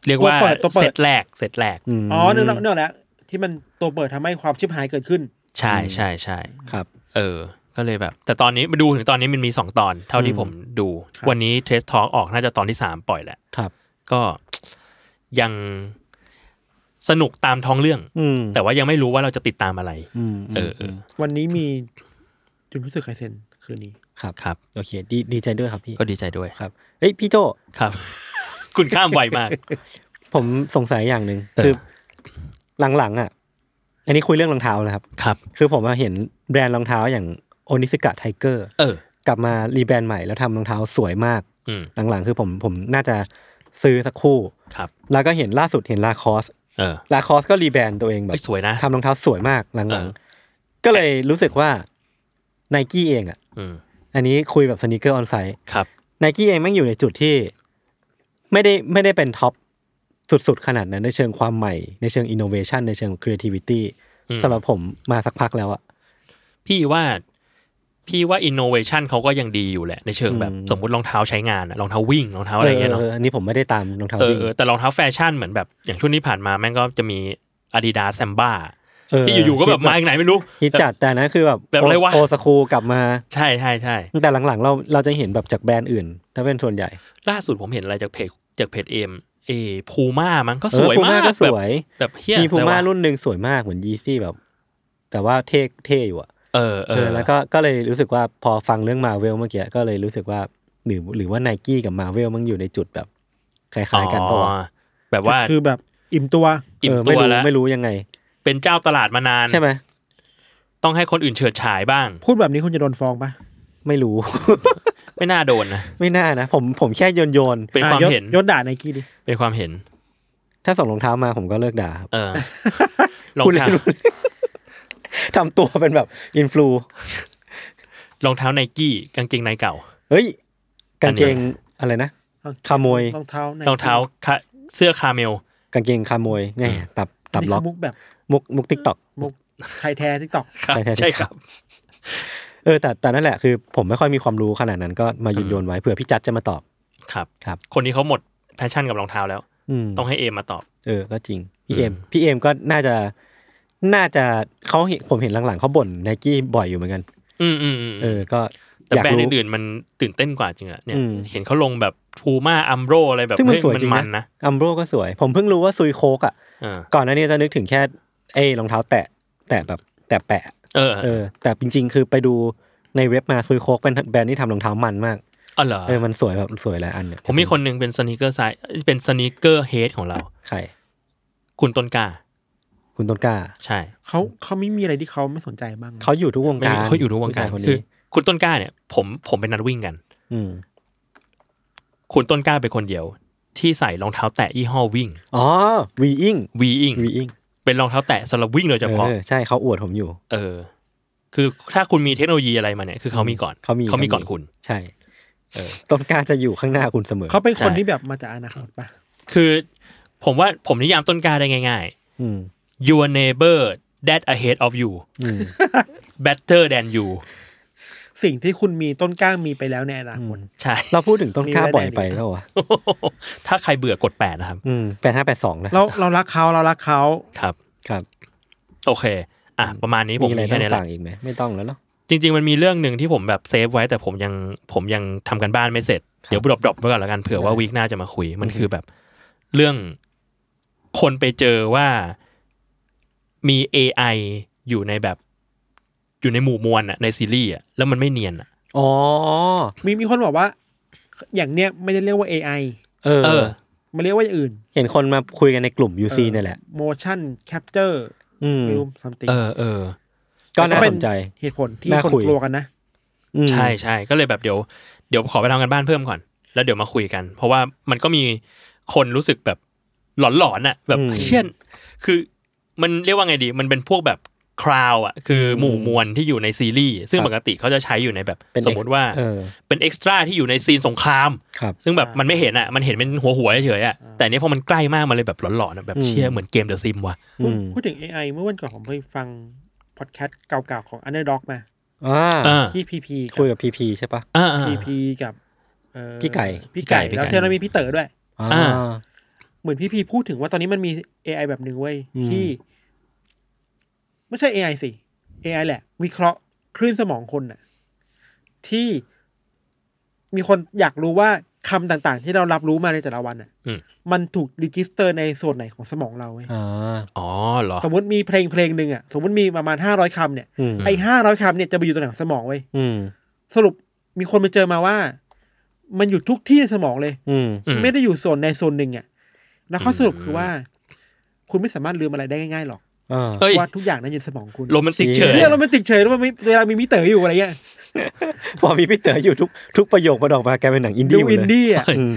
Speaker 4: เรียกว่า
Speaker 3: ตัวเปิดตัวเปิ
Speaker 4: เซ
Speaker 3: ด
Speaker 4: ตแรกเซตแรก
Speaker 2: ม
Speaker 3: อ๋อเนื่องเนื่องแล้ว ที่มันตัวเปิดทำให้ความชิบหายเกิดขึ้น
Speaker 4: ใช่ใช่ใช่
Speaker 2: ครับ
Speaker 4: เออ ก็เลยแบบ แต่ตอนนี้มาดูถึงตอนนี้มันมีสองตอน เท่าที่
Speaker 2: อืม
Speaker 4: ผมดู
Speaker 3: ครับ
Speaker 4: วันนี้เทสทอ l k ออกน่าจะตอนที่สามปล่อยแหละ
Speaker 2: ครับ
Speaker 4: ก็ ยังสนุกตามท้องเรื่อง
Speaker 2: อืม
Speaker 4: แต่ว่ายังไม่รู้ว่าเราจะติดตามอะไร
Speaker 2: อืมม
Speaker 4: เออเออ
Speaker 3: วันนี้มีจุนรู้สึกไคเซนคืนนี้
Speaker 2: ครับ
Speaker 4: ครับ
Speaker 2: โอเคดีดีใจด้วยครับพี่
Speaker 4: ก็ดีใจด้วย
Speaker 2: ครับเอ้ยพี่โจ
Speaker 4: ครับ คุณข้ามไวมาก
Speaker 2: ผมสงสัยอย่างหนึ่ง
Speaker 4: เออ
Speaker 2: คือหลังๆอ่ะ อันนี้คุยเรื่องรองเท้านะครับ
Speaker 4: ครับ
Speaker 2: คือผมมาเห็นแบรนด์รองเท้าอย่างโอนิ s ก a ไทเกอร์
Speaker 4: เออ
Speaker 2: กลับมารีแบรนด์ใหม่แล้วทำรองเท้าสวยมาก
Speaker 4: อืม
Speaker 2: หลังๆ คือผมผมน่าจะซื้อสักคู่
Speaker 4: ครับ
Speaker 2: แล้วก็เห็นล่าสุดเห็นลาคอส
Speaker 4: เออ
Speaker 2: ลาคอสก็รีแบรนด์ตัวเองแบ
Speaker 4: เอ้
Speaker 2: บ
Speaker 4: ยสวยนะ
Speaker 2: ทำรองเท้าสวยมากห
Speaker 4: เอ
Speaker 2: ลัง
Speaker 4: อ
Speaker 2: ๆ ก็เลยรู้สึกว่าไนกี้เองอ่ะ
Speaker 4: อืม
Speaker 2: อันนี้คุยแบบสน e เกอร์ออนไซ e ์
Speaker 4: ครับ
Speaker 2: ไนกี้เองแม่งอยู่ในจุดที่ ไม่ได้ไม่ได้เป็นท็อปสุดๆ ขนาดนั้นในเชิงความใหม่ ในเชิงอินโนเวชันในเชิงครีเอทิวิตี้
Speaker 4: อืม
Speaker 2: สำหรับผมมาสักพักแล้วอะ
Speaker 4: พี่ว่าพี่ว่าอินโนเวชันเขาก็ยังดีอยู่แหละ ในเชิงแบบ
Speaker 2: อืม
Speaker 4: สมมติรองเท้าใช้งานอะรองเท้าวิ่งรองเท้าอะไรอย่างเงี้ยเนาะ
Speaker 2: อันนี้ผมไม่ได้ตามรองเท้า
Speaker 4: เออ
Speaker 2: วิ่ง
Speaker 4: เออแต่รองเท้าแฟชั่นเหมือนแบบอย่างช่วงที่ผ่านมาแม่งก็จะมี Adidas s a m b a
Speaker 2: เ
Speaker 4: ที่อยู่ๆก็แบบมาจากไหนไม่รู้
Speaker 2: ฮิตจัดแต่นะคือแบบ
Speaker 4: แบบอะไรวะ
Speaker 2: โอสคูลกลับมา
Speaker 4: ใช่ใช่ใช่
Speaker 2: แต่หลังๆ เราเราจะเห็นแบบจากแบรนด์อื่น ถ้าเป็นส่วนใหญ่
Speaker 4: ล่าสุดผมเห็นอะไรจากเพจจากเพจเอ็มเอพูม่ามั้งก็
Speaker 2: เอ
Speaker 4: ส
Speaker 2: อ
Speaker 4: วย
Speaker 2: พู
Speaker 4: มาก
Speaker 2: ก็ส
Speaker 4: แบบ
Speaker 2: วย
Speaker 4: แบบเฮีย
Speaker 2: มีพูม่า
Speaker 4: อะไรวะ
Speaker 2: รุ่นหนึ่งสวยมากเหมือนยีซี่แบบ แต่ว่าเท่เท่อยู่อะ
Speaker 4: เออเอ
Speaker 2: เอ
Speaker 4: อ
Speaker 2: อ แล้วก็ก็เลยรู้สึกว่าพอฟังเรื่องมาเวลเมื่อกี้ก็เลยรู้สึกว่าหรือหรือว่าไนกี้กับมาเวลมันอยู่ในจุดแบบคล้ายๆกันเพราะ
Speaker 4: อ๋อแบบว่า
Speaker 3: คือแบบอิ่มตัว
Speaker 4: อิ่ม
Speaker 2: ไม่
Speaker 4: ตัว
Speaker 2: รู้
Speaker 4: แล้ว
Speaker 2: ไม่รู้ยังไง
Speaker 4: เป็นเจ้าตลาดมานาน
Speaker 2: ใช่ไหม
Speaker 4: ต้องให้คนอื่นเฉิดฉายบ้าง
Speaker 3: พูดแบบนี้คุณจะโดนฟ้องปะ
Speaker 2: ไม่รู้
Speaker 4: ไม่น่าโดนนะ
Speaker 2: ไม่น่านะ ผมผมแค่โยนโยน
Speaker 4: เป็นความ
Speaker 3: อ่ะยศ
Speaker 4: เห็น
Speaker 3: ยศด่าไนกี้ดิ
Speaker 4: เป็นความเห็น
Speaker 2: ถ้าส่งรองเท้ามาผมก็เลิกด่า ครับ
Speaker 4: เออ รอง
Speaker 2: พูดเล่
Speaker 4: เท้าน
Speaker 2: ทำตัวเป็นแบบอินฟลู
Speaker 4: รองเท้าไนกี้กางเกงในเก่า
Speaker 2: เฮ้ยกางเกง
Speaker 4: อันนี้
Speaker 2: อะไรนะขโมย
Speaker 3: รองเท้าไหน
Speaker 4: รองเท้าคะเสื้อคาเมล
Speaker 2: กางเกงขโมยเนี่ยตับตับ
Speaker 3: นี่
Speaker 2: ล็
Speaker 3: คือ อก มุกแบบ
Speaker 2: มุกมุกทิกตอก
Speaker 3: มุกไทยแท้ทิกตอก
Speaker 4: ครับ
Speaker 2: ใช่ใช่
Speaker 4: ใช่ครับ
Speaker 2: เออแต่แต่นั่นแหละคือผมไม่ค่อยมีความรู้ขนาดนั้นก็มาหยุดโยนไว้เผื่อพี่จัดจะมาตอบ
Speaker 4: ครับ
Speaker 2: ครับ
Speaker 4: คนนี้เขาหมดแพชชั่นกับรองเท้าแล้ว
Speaker 2: อืม
Speaker 4: ต้องให้เอมมาตอบ
Speaker 2: เออก็จริงพี่เอมพี่เอมก็น่าจะน่าจะเขาเห็นผมเห็นหลังๆเขาบ่นไนกี้บ่อยอยู่เหมือนกัน
Speaker 4: อืมอืมอืม
Speaker 2: เออก็
Speaker 4: แต่
Speaker 2: อยาก
Speaker 4: แบรนด์
Speaker 2: รู้
Speaker 4: อื่นๆมันตื่นเต้นกว่าจริงอะเนี่ย
Speaker 2: อืม
Speaker 4: เห็นเขาลงแบบพูม่าอัมโรอะไรแบบ
Speaker 2: ซึ่งมัน
Speaker 4: เฮ้ย
Speaker 2: สวย
Speaker 4: มัน
Speaker 2: จริงนะ
Speaker 4: มันนะ
Speaker 2: อัมโบรก็สวย ผมเพิ่งรู้ว่าซุยโคกอ่ะ
Speaker 4: เออ
Speaker 2: ก่อนหน้านี้จะนึกถึงแค่ไอ้รองเท้าแตะแตะแบบแตะแปะ
Speaker 4: เออ
Speaker 2: เออ แต่จริง ๆ คือไปดูในเว็บมาซุยโคกเป็นแบรนด์ที่ทำรองเท้ามันมาก
Speaker 4: อ๋อเหรอ
Speaker 2: เออมันสวยแบบสวยหลายอันเนี่ย
Speaker 4: ผมมีคนหนึ่งเป็นสน e เกอร์ไซเป็นสน e เกอร์เฮดของเรา
Speaker 2: ใคร
Speaker 4: คุณต้นกล้า
Speaker 2: คุณต้นกล้า
Speaker 4: ใช่
Speaker 3: เขาเขาไม่มีอะไรที่เขาไม่สนใจบ้าง
Speaker 2: เขาอยู่ทุกวง
Speaker 4: ไม่
Speaker 2: การ
Speaker 4: เขาอยู่ทุกวงการ
Speaker 2: ผู้ชคน
Speaker 4: คื
Speaker 2: นี้
Speaker 4: อคุณต้นกล้าเนี่ย ผมผมเป็นนักวิ่งกัน
Speaker 2: ม
Speaker 4: คุณต้นกล้าเป็นคนเดียว ที่ใส่รองเท้าแตะยี่ห้อวิ่ง
Speaker 2: อ๋อวีอิง
Speaker 4: วีอิง
Speaker 2: วีอิง
Speaker 4: เป็นรองเท้าแตะสำหรับวิ่งโดยเฉพาะ
Speaker 2: ออใช่เขาอวดผมอยู่
Speaker 4: เออ คือถ้าคุณมีเทคโนโลยีอะไรมาเนี่ย คือเขามีก่อน
Speaker 2: เขามี
Speaker 4: เขา
Speaker 2: เขา
Speaker 4: มี
Speaker 2: มี
Speaker 4: ก่อนคุณ
Speaker 2: ใช่ เออต้นกล้าจะอยู่ข้างหน้าคุณเสมอ
Speaker 3: เขาเป็นคน
Speaker 4: ใช่
Speaker 3: ที่แบบมาจากอนาคตปะ
Speaker 4: คือผมว่าผมนิยามต้นกล้าได้ง่าย
Speaker 2: อืม
Speaker 4: ๆ your neighbor that ahead of you
Speaker 2: อืม
Speaker 4: better than you
Speaker 3: สิ่งที่คุณมีต้นกล้ามีไปแล้วในอนาคต
Speaker 4: ใช่
Speaker 2: เราพูดถึงต้นกล้าบ่อยไป
Speaker 3: มีไว้ในนี้
Speaker 2: แล้ววะ
Speaker 4: ถ้าใครเบื่อกดแปดนะครับ
Speaker 2: อืมแปดห้าแปดสองนะ
Speaker 3: เราเรารักเขาเรารักเขา
Speaker 4: ครับ
Speaker 2: ครับ
Speaker 4: โอเค อ่ะ ประมาณนี้ผม
Speaker 2: มีอะไร
Speaker 4: มี
Speaker 2: ต้
Speaker 4: แค่
Speaker 2: อง
Speaker 4: นี้แห
Speaker 2: ฟั
Speaker 4: ละ
Speaker 2: งอีกไหมไม่ต้องแล้วเนาะ
Speaker 4: จริงๆ มันมีเรื่องหนึ่งที่ผมแบบเซฟไว้แต่ผมยังผมยังทำกันบ้านไม่เสร็จ เดี๋ยวดรอปดรอปไว้ก่อนแล้วกันเผื่อว่า
Speaker 2: ได้
Speaker 4: วีคหน้าจะมาคุย มันคือแบบเรื่องคนไปเจอว่ามี AI อยู่ในแบบอยู่ในหมู่มวลอะในซีรีส์อะแล้วมันไม่เนียนอะ
Speaker 2: อ๋อ
Speaker 3: มีมีคนบอกว่า อย่างเนี้ยไม่ได้เรียกว่า AI
Speaker 2: เออ
Speaker 4: เออ
Speaker 3: มันเรียกว่าอย่างอื่น
Speaker 2: เห็นคนมาคุยกันในกลุ่ม UC
Speaker 3: เออ
Speaker 2: นี่นแหละ
Speaker 3: motion capture
Speaker 2: อืม
Speaker 3: รูม something
Speaker 4: เออเออ
Speaker 2: ก็น่าสนใจ
Speaker 3: เหตุผลที่
Speaker 2: น่า
Speaker 3: คน
Speaker 2: คุย
Speaker 3: กลัวกันนะ
Speaker 2: อืม
Speaker 4: ใช่ใช่ก็เลยแบบเดี๋ยวเดี๋ยวขอไปทำกันบ้านเพิ่มก่อน แล้วเดี๋ยวมาคุยกัน เพราะว่ามันก็มีคนรู้สึกแบบหลอนๆน่ะ แบบเช่นคือมันเรียกว่าไงดี มันเป็นพวกแบบคราวอ่ะคือหมู่มวลที่อยู่ในซีรีส์ซึ่งปกติเขาจะใช้อยู่ในแบบ
Speaker 2: เป็น
Speaker 4: สมมติว่า
Speaker 2: เออ
Speaker 4: เป็นเอ็กซ์ตร้าที่อยู่ในซีนสงคราม
Speaker 2: ครับ
Speaker 4: ซึ่งแบบมันไม่เห็นอ่ะมันเห็นเป็นหัวหัวๆเฉยๆอ่ะแต่อันนี้พอมันใกล้มากมันเลยแบบหลอนๆอะแบบเชี่ย
Speaker 2: อืม
Speaker 4: เหมือนเกมเดอะซิมว่ะ
Speaker 2: อืม
Speaker 3: พูดถึง AI เมื่อวันก่อนผมไปฟังพอดแคสต์เก่าๆของ Underdog มา
Speaker 2: อ่า
Speaker 4: อ่า
Speaker 3: ที่ PP กั
Speaker 2: คุย
Speaker 3: บ
Speaker 2: กับพีพีใช่ปะ
Speaker 4: อ่าอ่า
Speaker 3: PP กับเอ่อ
Speaker 2: พี่ไก่
Speaker 3: พี่ไก่
Speaker 4: พี่ไก่
Speaker 3: แล้วเทเรามีพี่เต๋อด้วย
Speaker 2: อ่า
Speaker 4: อ่า
Speaker 3: เหมือนพี่พีพูดถึงว่าตอนนี้มันมี AI แบบหนึ่งเว้ย
Speaker 2: อืม
Speaker 3: ที่ ไม่ใช่ AI สิ AI แหละ วิเคราะห์คลื่นสมองคนน่ะ ที่มีคนอยากรู้ว่าคำต่างๆ ที่เรารับรู้มาในแต่ละวันน่ะ
Speaker 4: อืม
Speaker 3: มันถูกรีจิสเตอร์ในส่วนไหนของสมองเราเว้ย
Speaker 2: อ่า
Speaker 4: อ๋อเหรอ
Speaker 3: สมมติมีเพลงเพลงหนึ่งอ่ะ สมมติมีประมาณห้าร้อยคำเนี่ย
Speaker 2: อืม
Speaker 3: ไอห้าร้อยคำเนี่ยจะไปอยู่ตรงไหนของสมองเว้ย
Speaker 2: อืม
Speaker 3: สรุปมีคนไปเจอมาว่า มันอยู่ทุกที่ในสมองเลย
Speaker 2: อืม
Speaker 4: อืม
Speaker 3: ไม่ได้อยู่โซนในโซนหนึ่งอ่ะ แล้วข้อสรุป
Speaker 4: อืม
Speaker 3: คือว่า คุณไม่สามารถลืมอะไรได้ง่ายๆหรอก
Speaker 2: อ่า
Speaker 4: เอ้ย
Speaker 3: ว่าทุกอย่างนั้นอยู่ในสมองคุณ
Speaker 4: โรแมนติกเฉย
Speaker 3: เรื่องเรามันติดเฉยแล้วมันไม่เวลามีมิเตอร์อยู่อะไรเงี้ย
Speaker 2: พอมีพี่เต๋ออยู่ทุกทุกประโยคมันออกมาแกลายเป็นหนังอิน
Speaker 3: ดู
Speaker 2: ดี้หมด
Speaker 3: อิน
Speaker 2: เลย
Speaker 3: ดี้อ่ะ
Speaker 4: เฮ้ย
Speaker 2: อืม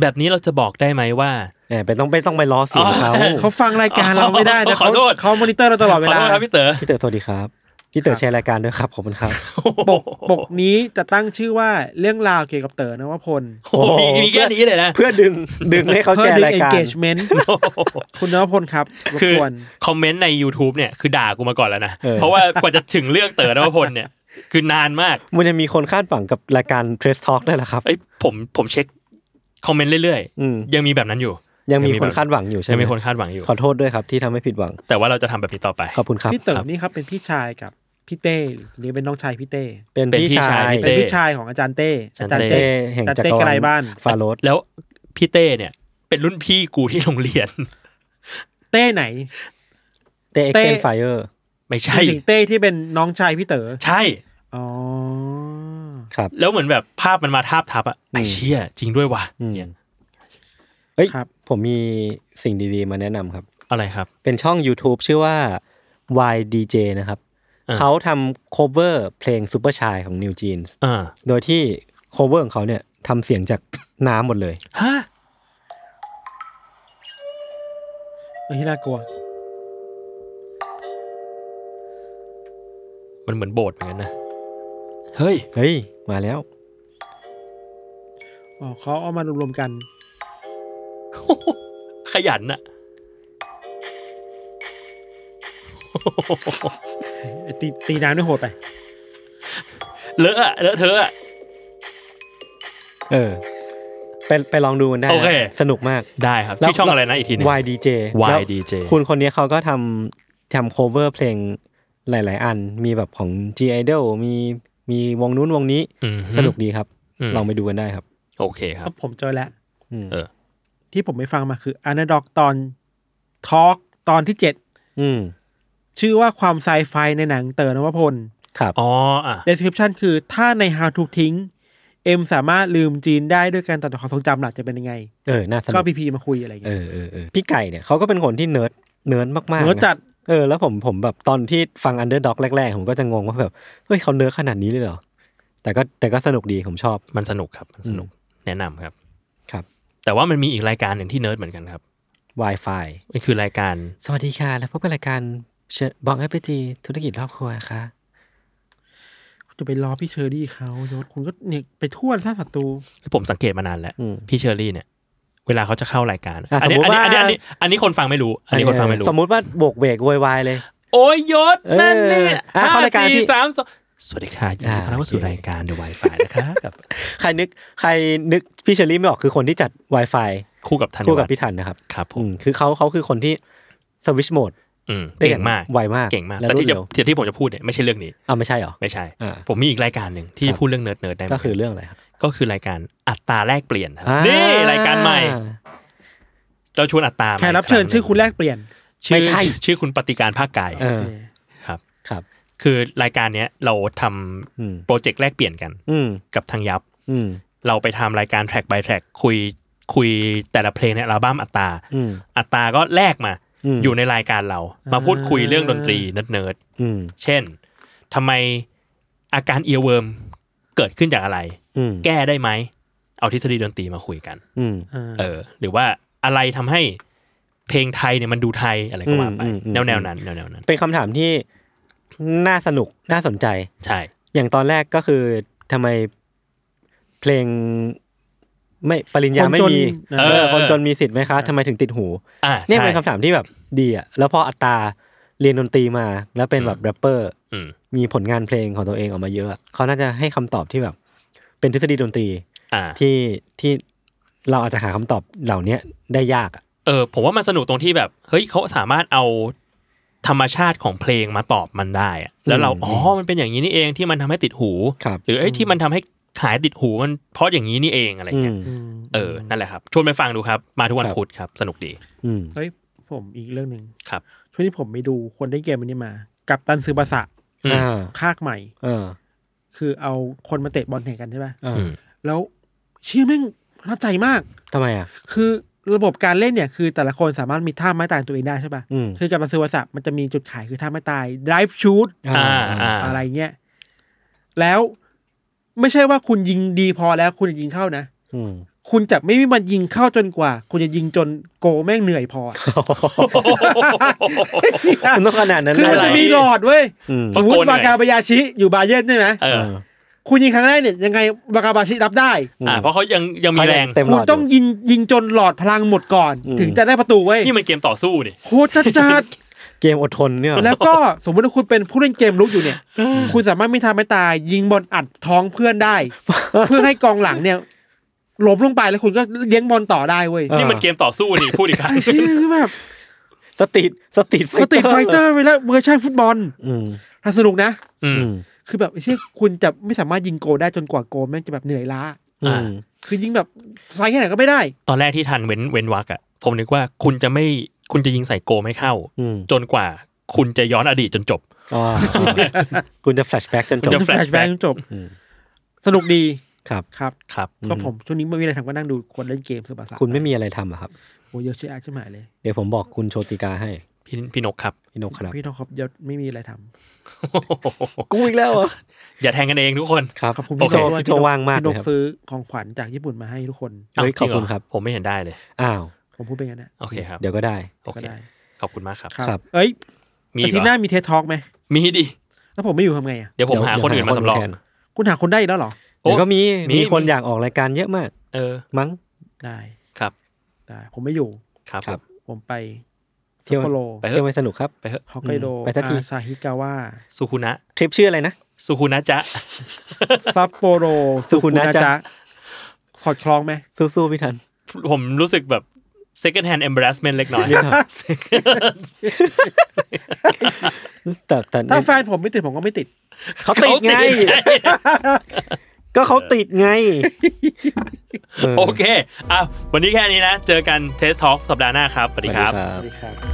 Speaker 4: แบบนี้เราจะบอกได้ไหมว่า
Speaker 2: แหมไปต้องไปต้องไปล้อเสียงเขา
Speaker 4: อ๋อ
Speaker 3: เขาฟังรายการเราไม่ได้
Speaker 4: ขอ
Speaker 3: นะเขา
Speaker 4: โทษ
Speaker 3: เขามอนิเตอร์เราตลอดเวลา
Speaker 4: ขโทษครับพี่เต๋อ
Speaker 2: พี่เต๋อสวัสดีครับ พี่เต๋อแชร์รายการด้วยครับขอบคุณครับ
Speaker 3: ปกปกนี้จะตั้งชื่อว่าเรื่องราวเกี่ยวกับเต๋อนวพล
Speaker 4: โอ้โหมี
Speaker 2: โอ้โห
Speaker 4: มีแค่นี้เลยนะ
Speaker 2: เพื่อดึงดึงให้เขาแช
Speaker 3: เพื่อ
Speaker 2: ร์
Speaker 3: ดึง
Speaker 2: รายการ
Speaker 3: engagement คุณนวพลครับรบ
Speaker 4: คือก
Speaker 3: วน
Speaker 4: คอมเมนต์ใน YouTube เนี่ยคือด่ากูมาก่อนแล้วนะ
Speaker 2: เออ
Speaker 4: เพราะว่ากว่าจะถึงเลือกเต๋อนวพลเนี่ย คือนานมาก
Speaker 2: มันจะมีคนคาดหวังกับรายการ Press Talk นั่นแหละครับ
Speaker 4: เอ้ยผมผมเช็คคอมเมนต์เรื่อย
Speaker 2: อืม
Speaker 4: ยังมีแบบนั้นอยู่
Speaker 2: ยังมี
Speaker 4: ยังมี
Speaker 2: คน
Speaker 4: แบบ
Speaker 2: คาดหวังอยู่ใช่
Speaker 4: ยัง
Speaker 2: ไหม
Speaker 4: มีคนคาดหวังอยู่
Speaker 2: ขอโทษด้วยครับที่ทำให้ผิดหวัง
Speaker 4: แต่ว่าเราจะทำแบบนี้ต่อไป
Speaker 2: ขอบคุณครับ
Speaker 3: พี่เต๋อนี่ครับเป็นพี่ชายกับพี่เต้หรือเป็นน้องชายพี่เต้
Speaker 2: เป็น
Speaker 4: เป็น
Speaker 2: พี่
Speaker 4: พี่
Speaker 2: ชา
Speaker 4: ชาย
Speaker 2: ย
Speaker 4: พี่
Speaker 3: เป็นพี่ชายของอาจารย์เต้อาจารย์
Speaker 2: เต้
Speaker 3: เต้
Speaker 2: แห่ง
Speaker 3: จัด
Speaker 2: จัก
Speaker 3: เต้
Speaker 2: รวา
Speaker 3: ไกล
Speaker 2: ล
Speaker 3: บ้าน
Speaker 2: ฟาโรส
Speaker 4: แล้วพี่เต้เนี่ย เป็นรุ่นพี่กูที่โรงเรียน
Speaker 3: เต้ไหน
Speaker 2: เต้เอ็ก
Speaker 3: เต้
Speaker 2: เซนไฟเออร์
Speaker 4: ไม่ใช่
Speaker 3: ถึงเต้ที่เป็นน้องชายพี่เต๋อ
Speaker 4: ใช่
Speaker 3: อ๋อ
Speaker 2: ครับ
Speaker 4: แล้วเหมือนแบบภาพมันมาทาบทับอะไอเชี่ยจริงด้วยว่ะ
Speaker 2: อืม
Speaker 4: เนี่ย
Speaker 2: เอ้ย
Speaker 3: ครับ
Speaker 2: ผมมีสิ่งดีๆมาแนะนำครับ
Speaker 4: อะไรครับ
Speaker 2: เป็นช่อง YouTube ชื่อว่า YDJ นะครับ
Speaker 4: อ่า
Speaker 2: เขาทำโคเวอร์เพลงซูเปอร์ชายของนิวจีน
Speaker 4: อ่า
Speaker 2: โดยที่โคเวอร์ของเขาเนี่ยทำเสียงจากน้ำหมดเลย
Speaker 4: ฮะ
Speaker 3: ไอ้ที่น่ากลัว
Speaker 4: มันเหมือนโบสถ์เหมือนกันนะ เฮ้ย
Speaker 2: เฮ้ย มาแล้ว
Speaker 3: อ๋อเขาเอามารวมๆกัน
Speaker 4: ขยันอะ
Speaker 3: ตีตีน้ำด้วยโหดไป
Speaker 4: เลอะอะเลอะเทอะอะ
Speaker 2: เออ ไปไปลองดูกันได้นะ
Speaker 4: โอเค
Speaker 2: สนุกมาก
Speaker 4: ได้ครับ
Speaker 2: แล้ว
Speaker 4: ที่ช่องอะไรนะอีกทีหนึง
Speaker 2: YDJ
Speaker 4: YDJ
Speaker 2: แล้วคุณคนนี้เขาก็ทำทำโคเวอร์เพลงหลาย ๆ อัน มีแบบของ G Idol มีมีวงนู้นวงนี้
Speaker 4: อืม
Speaker 2: สนุกดีครับ
Speaker 4: อืม
Speaker 2: ลองไปดูกันได้ครับ
Speaker 4: โอเคครับ
Speaker 3: ผมเจอแล้ว
Speaker 2: อืม
Speaker 4: เออ
Speaker 3: ที่ผมไม่ฟังมาคืออ n น d ด็อกตอนทอ k ตอนที่เจ็ด
Speaker 2: อืม
Speaker 3: ชื่อว่าความไซไฟในหนังเต๋อนวพล
Speaker 2: ครับ
Speaker 4: อ๋ออ่ะ
Speaker 3: description คือถ้าใน how to ทิ้งเอ็มสามารถลืมจีนได้ด้วยการตัดต่อความทรงจำหลักจะเป็นยังไง
Speaker 2: เออ น่าสนุ
Speaker 3: ก็
Speaker 2: ก
Speaker 3: พีพีมาคุยอะไรอย่าง
Speaker 2: เอ
Speaker 3: เงี้ย
Speaker 2: อเออเออพี่ไก่เนี่ยเขาก็เป็นคนที่เนิร์ดเนิร์ดมากๆ
Speaker 3: เนื้อ
Speaker 2: นะ
Speaker 3: จัด
Speaker 2: เออแล้วผมผมแบบตอนที่ฟังอันเดอร์ด็อกแรก ๆ ผมก็จะงงว่าแบบ เฮ้ยเขาเนิร์ดขนาดนี้เลยเหรอ แต่ก็แต่ก็สนุกดีผมชอบ
Speaker 4: มันสนุกครับมันสนุกแนะนำครับ
Speaker 2: ครับ
Speaker 4: แต่ว่ามันมีอีกรายการหนึ่งที่เนิร์ดเหมือนกันครับ
Speaker 2: Wi-Fi
Speaker 4: มันคือรายการ
Speaker 2: สวัสดีค่ะ และพบกับรายการเชบองเอฟทีธุรกิจรอบครัวนะคะ
Speaker 3: จะไปล้อพี่เชอรี่เขายศคุณก็เนี่ยไปทั่วสร้างศัตรู
Speaker 4: ผมสังเกตมานานแล้ว
Speaker 2: อืม
Speaker 4: พี่เชอรี่เนี่ย เวลาเขาจะเข้ารายการอะ
Speaker 2: อ่ะ
Speaker 4: อันนี้
Speaker 2: สมมุติ
Speaker 4: อันนี้
Speaker 2: ว่า
Speaker 4: อันนี้อันนี้อันนี้คนฟังไม่รู้ อันนี้คนฟังไม่รู้
Speaker 2: สมมุติว่าโบกเบรกโวยวายเลย
Speaker 4: โอ้ยยศนั่นนี่
Speaker 2: เอออ่ะ
Speaker 4: ห้า
Speaker 2: เข้ารายการ
Speaker 4: สี่
Speaker 2: พี่
Speaker 4: สามสองสวัสดีค่ะยินดีต้อนรับเข้าสู่
Speaker 2: อ่าโอเค
Speaker 4: รายการ The Wi-Fi นะครับกับ
Speaker 2: ใครนึกใครนึกพี่เชอรี่ไม่ออกคือคนที่จัด Wi-Fi
Speaker 4: คู่กับทัน
Speaker 2: คู่กับพี่ทันนะครับ
Speaker 4: ครับผ
Speaker 2: อื
Speaker 4: ม
Speaker 2: มคือเขาเขาคือคนที่สวิชโหมด
Speaker 4: อืม
Speaker 2: ได้อย่
Speaker 4: เก่งมาก
Speaker 2: ไวมาก
Speaker 4: เก่งมาก
Speaker 2: และ
Speaker 4: แต่
Speaker 2: รวด
Speaker 4: ที่จะ
Speaker 2: เร็ว
Speaker 4: ที่ที่ผมจะพูดเนี่ยไม่ใช่เรื่องนี้
Speaker 2: อ่าไม่ใช่เหรอ
Speaker 4: ไม่ใช่
Speaker 2: อ่า
Speaker 4: ผมมีอีกรายการหนึ่งที่
Speaker 2: ครับ
Speaker 4: พูดเรื่องเนิร์ดเนิร์ดได้ไหม
Speaker 2: ก็คือเรื่องอะไรครับ
Speaker 4: ก็คือรายการอัตราแลกเปลี่ยนครับ
Speaker 2: อ่า
Speaker 4: นี่รายการใหม่เราชวนอัตรามา
Speaker 3: แขกรับเชิญ
Speaker 4: กงหนึ่ง
Speaker 3: ชื่อคุณแลกเปลี่ยน
Speaker 4: ชื่อชื่อคุณปฏิการภาคกาย
Speaker 2: เออ
Speaker 4: ครับ
Speaker 2: ครับ
Speaker 4: คือรายการเนี้ยเราทำ
Speaker 2: อืม
Speaker 4: โปรเจกต์แลกเปลี่ยนกัน
Speaker 2: อืม
Speaker 4: กับทางยับ
Speaker 2: อืม
Speaker 4: เราไปทำรายการแทร็ก by แทร็กคุยคุยแต่ละเพลงในอัลบั้มอัตรา
Speaker 2: อืม
Speaker 4: อัตราก็แลกมา
Speaker 2: ม
Speaker 4: อยู่ในรายการเรา มาพูดคุยเรื่องดนตรีเนิร์ด
Speaker 2: อืม
Speaker 4: ๆเช่นทำไมอาการเอียเวิร์มเกิดขึ้นจากอะไร
Speaker 2: อืม
Speaker 4: แก้ได้ไหม เอาทฤษฎีดนตรีมาคุยกัน
Speaker 2: อืม
Speaker 4: เออ หรือว่าอะไรทำให้เพลงไทยเนี่ยมันดูไทยอะไรก็ว่าไป
Speaker 2: อืมอืมอืม
Speaker 4: แนวแนวๆนั้นแนวแนวๆนั้น
Speaker 2: เป็นคำถามที่น่าสนุกน่าสนใจ
Speaker 4: ใช่
Speaker 2: อย่างตอนแรกก็คือทำไมเพลงไม่ปริญญา
Speaker 3: คน
Speaker 2: ไม่
Speaker 3: จน
Speaker 2: มี
Speaker 3: เออ
Speaker 2: เออคนจนมีสิทธิ์ไหมคะทำไมถึงติดหู
Speaker 4: อ่า
Speaker 2: เนี่ย
Speaker 4: ใช่
Speaker 2: เป็นคำถามที่แบบดีอ่ะแล้วพออัตตราเรียนดนตรีมา แล้วเป็นแบบแรปเปอร์
Speaker 4: อืม
Speaker 2: มีผลงานเพลงของตัวเองออกมาเยอะอะเขาน่าจะให้คำตอบที่แบบ เป็นทฤษฎีดนตรี
Speaker 4: อ่า
Speaker 2: ที่ที่เราอาจจะหาคำตอบเหล่าเนี้ยได้ยากอ่ะ
Speaker 4: เออผมว่ามันสนุกตรงที่แบบ เฮ้ยเขาสามารถเอาธรรมชาติของเพลงมาตอบมันได้อะแล้วเรา
Speaker 2: อืม
Speaker 4: อ๋อมันเป็นอย่างนี้นี่เองที่มันทำให้ติดหู
Speaker 2: ครับ
Speaker 4: หรือไอ้ยที่มันทำให้ขายติดหูมันเพราะอย่างนี้นี่เองอะไรเงี้ย
Speaker 2: อืม
Speaker 3: ม
Speaker 4: เออนั่นแหละครับชวนไปฟังดูครับ มาทุกวัน
Speaker 2: ครับ
Speaker 4: พุธครับ สนุกดี
Speaker 2: อืม
Speaker 3: เฮ้ยผมอีกเรื่องหนึ่ง
Speaker 4: ครับ
Speaker 3: ช่วงที่ผมไปดูคนได้เกมอันนี้มา กับตันซือบาสะ
Speaker 4: อืม
Speaker 2: อ่า
Speaker 3: ภาคใหม่
Speaker 2: เออ
Speaker 3: คือเอาคนมาเตะบอลแข่งกันใช่ปะ
Speaker 2: เอออ
Speaker 4: ม
Speaker 3: แล้วเชื่อแม่งประทับใจมาก
Speaker 2: ทำไมอ่ะ
Speaker 3: คือระบบการเล่นเนี่ยคือแต่ละคนสามารถมีท่าไม้ตายของตัวเองได้ใช่ปะ
Speaker 2: อืม
Speaker 3: คือกับมันซื้อวัสมันจะมีจุดขายคือท่าไม้ตาย drive shoot
Speaker 4: อ่าอ่า
Speaker 3: อะไรเงี้ย แล้วไม่ใช่ว่าคุณยิงดีพอแล้วคุณจะยิงเข้านะ
Speaker 2: อืม
Speaker 3: คุณจะไม่มีมันยิงเข้าจนกว่า คุณจะยิงจนโกแม่งเหนื่อยพอ
Speaker 2: มันต้องขนาดนั้น
Speaker 3: คือ
Speaker 2: เลยเหร
Speaker 3: มันจะ
Speaker 2: อ
Speaker 3: มีหลอดเว้ย
Speaker 2: อืม
Speaker 3: สมมติบากาบายาชิอยู่บาเยร์นใช่ไหม
Speaker 4: เออ
Speaker 3: คุณยิงครั้งแรกเนี่ยยังไงบากาบายาชิรับได้
Speaker 4: อ่าเพราะเขายังยังมีแรง
Speaker 2: เต็มห
Speaker 3: คุ
Speaker 2: ล
Speaker 3: ณ
Speaker 2: อด
Speaker 3: ต้อง
Speaker 2: ยู่
Speaker 3: ยิงยิงจนหลอดพลังหมดก่อน
Speaker 2: อืม
Speaker 3: ถึงจะได้ประตูเว้ย
Speaker 4: นี่มันเกมต่อสู้นี่
Speaker 3: โคตรจัด
Speaker 2: เกมอดทนเนี่ย
Speaker 3: แล้วก็สมมติว่าคุณเป็นผู้เล่นเกมลุกอยู่เนี่ย คุณสามารถไม่ทำไม่ตาย ยิงบอลอัดท้องเพื่อนได้ เพื่อให้กองหลังเนี่ยหลบลงไปแล้วคุณก็เลี้ยงบอลต่อได้เว้ย
Speaker 4: นี่มันเกมต่อสู้นี่พูดอีกครั้ง
Speaker 3: ไอ้เชี่ยคือแบบ
Speaker 2: สตรีทสตรีท
Speaker 3: สตรีทไฟเตอร์ไปแล้วเวอร์ชันฟุตบอล
Speaker 2: อืม
Speaker 3: น่าสนุกนะ
Speaker 4: อืม
Speaker 2: อืม
Speaker 3: คือแบบไอ้เชี่ยคุณจะไม่สามารถยิงโกลได้จนกว่าโกลแม่งจะแบบเหนื่อยล้า
Speaker 2: อื
Speaker 4: อ่า
Speaker 2: ม
Speaker 3: คือยิงแบบไซส์แค่ไหนก็ไม่ได้
Speaker 4: ตอนแรกที่ทันเว้นเว้นวักอ่ะผมนึกว่าคุณจะไม่คุณจะยิงใส่โกไม่เข้า
Speaker 2: อืม
Speaker 4: จนกว่าคุณจะย้อนอดีตจนจบ
Speaker 2: อ๋ออ๋อคุณจะแฟลชแบ็กจนจ
Speaker 4: คุณ
Speaker 2: บ
Speaker 4: จะ flashback
Speaker 3: flashback จบ
Speaker 2: อืม
Speaker 3: สนุกดี
Speaker 2: ครับ
Speaker 3: ครับ
Speaker 4: ครับ
Speaker 3: ก็ผมช่วงนี้ไม่มีอะไรทำก็นั่งดูคนเล่นเกมสุภาษา
Speaker 2: คุณไม่มีอะไรทำอะครับ
Speaker 3: โอ้เยอะช่วยอาร์ตช่วยหมายเลย
Speaker 2: เดี๋ยวผมบอกคุณโชติกาให้
Speaker 4: พี่พี่นกครับ
Speaker 2: พี่นกครับ
Speaker 3: พี่น้องครับเดี๋ยวไม่มีอะไรทำ
Speaker 2: กูอีกแล้วเหรอ
Speaker 4: อย่าแทงกันเองทุกคน
Speaker 2: ครับ
Speaker 3: ขอบคุณ
Speaker 2: พี่
Speaker 3: พี่
Speaker 2: โจ
Speaker 3: โจด้วย
Speaker 2: พี่โจว่างมาก
Speaker 3: พี่
Speaker 2: เล
Speaker 3: น
Speaker 2: ย
Speaker 3: ก
Speaker 2: ครับ
Speaker 3: ซื้อของขวัญจากญี่ปุ่นมาให้ทุกคน
Speaker 2: เฮ้ย
Speaker 4: เาจง
Speaker 2: ขอบ
Speaker 4: หร
Speaker 2: คุณครับ
Speaker 4: ผมไม่เห็นได้เลย
Speaker 2: อ้าว
Speaker 3: ผมพูดไปงั้นนะ
Speaker 4: โอเคครับ
Speaker 2: เดี๋ยวก็ได้
Speaker 4: โอเค
Speaker 3: ก็ได้
Speaker 4: ขอบคุณมากครับ
Speaker 2: ครับ
Speaker 3: เอ้ย
Speaker 4: มี
Speaker 3: อา
Speaker 4: อีก
Speaker 3: ทิตย์ห
Speaker 4: เหร
Speaker 3: น้า
Speaker 4: อ
Speaker 3: มีเทสท็อกไหม
Speaker 4: มีดิ
Speaker 3: แล้วผมไม่อยู่ทำไงอ่ะ
Speaker 4: เดี๋ยวผมหาคนอื่นมาสำรอง
Speaker 2: เดี๋ยวหาคนมาแทน
Speaker 3: คุณหาคนได้อีกแล้วเหรอ
Speaker 4: โอ้
Speaker 2: เดี๋ยวก็มี
Speaker 4: มี
Speaker 2: มีคน
Speaker 4: มี
Speaker 2: อยากออกรายการเยอะมาก
Speaker 4: เออ
Speaker 2: มั้ง
Speaker 3: ได้
Speaker 4: ครับ
Speaker 3: ได้ผมไม่อยู่
Speaker 4: ครับ
Speaker 2: ครับ
Speaker 3: ผมไป
Speaker 2: เที่ย
Speaker 3: ซัป
Speaker 2: ว
Speaker 3: โปโร
Speaker 4: ไป เถอะ
Speaker 2: เที่ยวไปสนุกครับ
Speaker 4: ไปเถอะ
Speaker 3: ฮอกไกโด
Speaker 2: อืมไปสักที
Speaker 3: อาซาฮิก าวะ
Speaker 4: สุคุนะ
Speaker 2: ทริปชื่ออะไรนะ
Speaker 4: สุคุนะจ๊ะ
Speaker 3: ซัปโปโร
Speaker 2: สุขุนะจ๊ะ
Speaker 3: สอดคล้องไหม
Speaker 2: สู้ๆพี่ทัน
Speaker 4: ผมรู้สึกแบบ second hand embarrassment เล็กน้อย
Speaker 2: นิดหน่อย แต่แต่
Speaker 3: ถ้าแฟนผมไม่ติดผมก็ไม่ติด
Speaker 2: เขาติดไง ก็เขาติดไง
Speaker 4: โอเค เอาวันนี้แค่นี้นะ เจอกัน Test Talk สัปดาห์หน้าครับ สวัสดีครับ
Speaker 2: สวัสดีค
Speaker 3: ส
Speaker 2: รั
Speaker 3: วั
Speaker 2: บ
Speaker 3: สดีครับ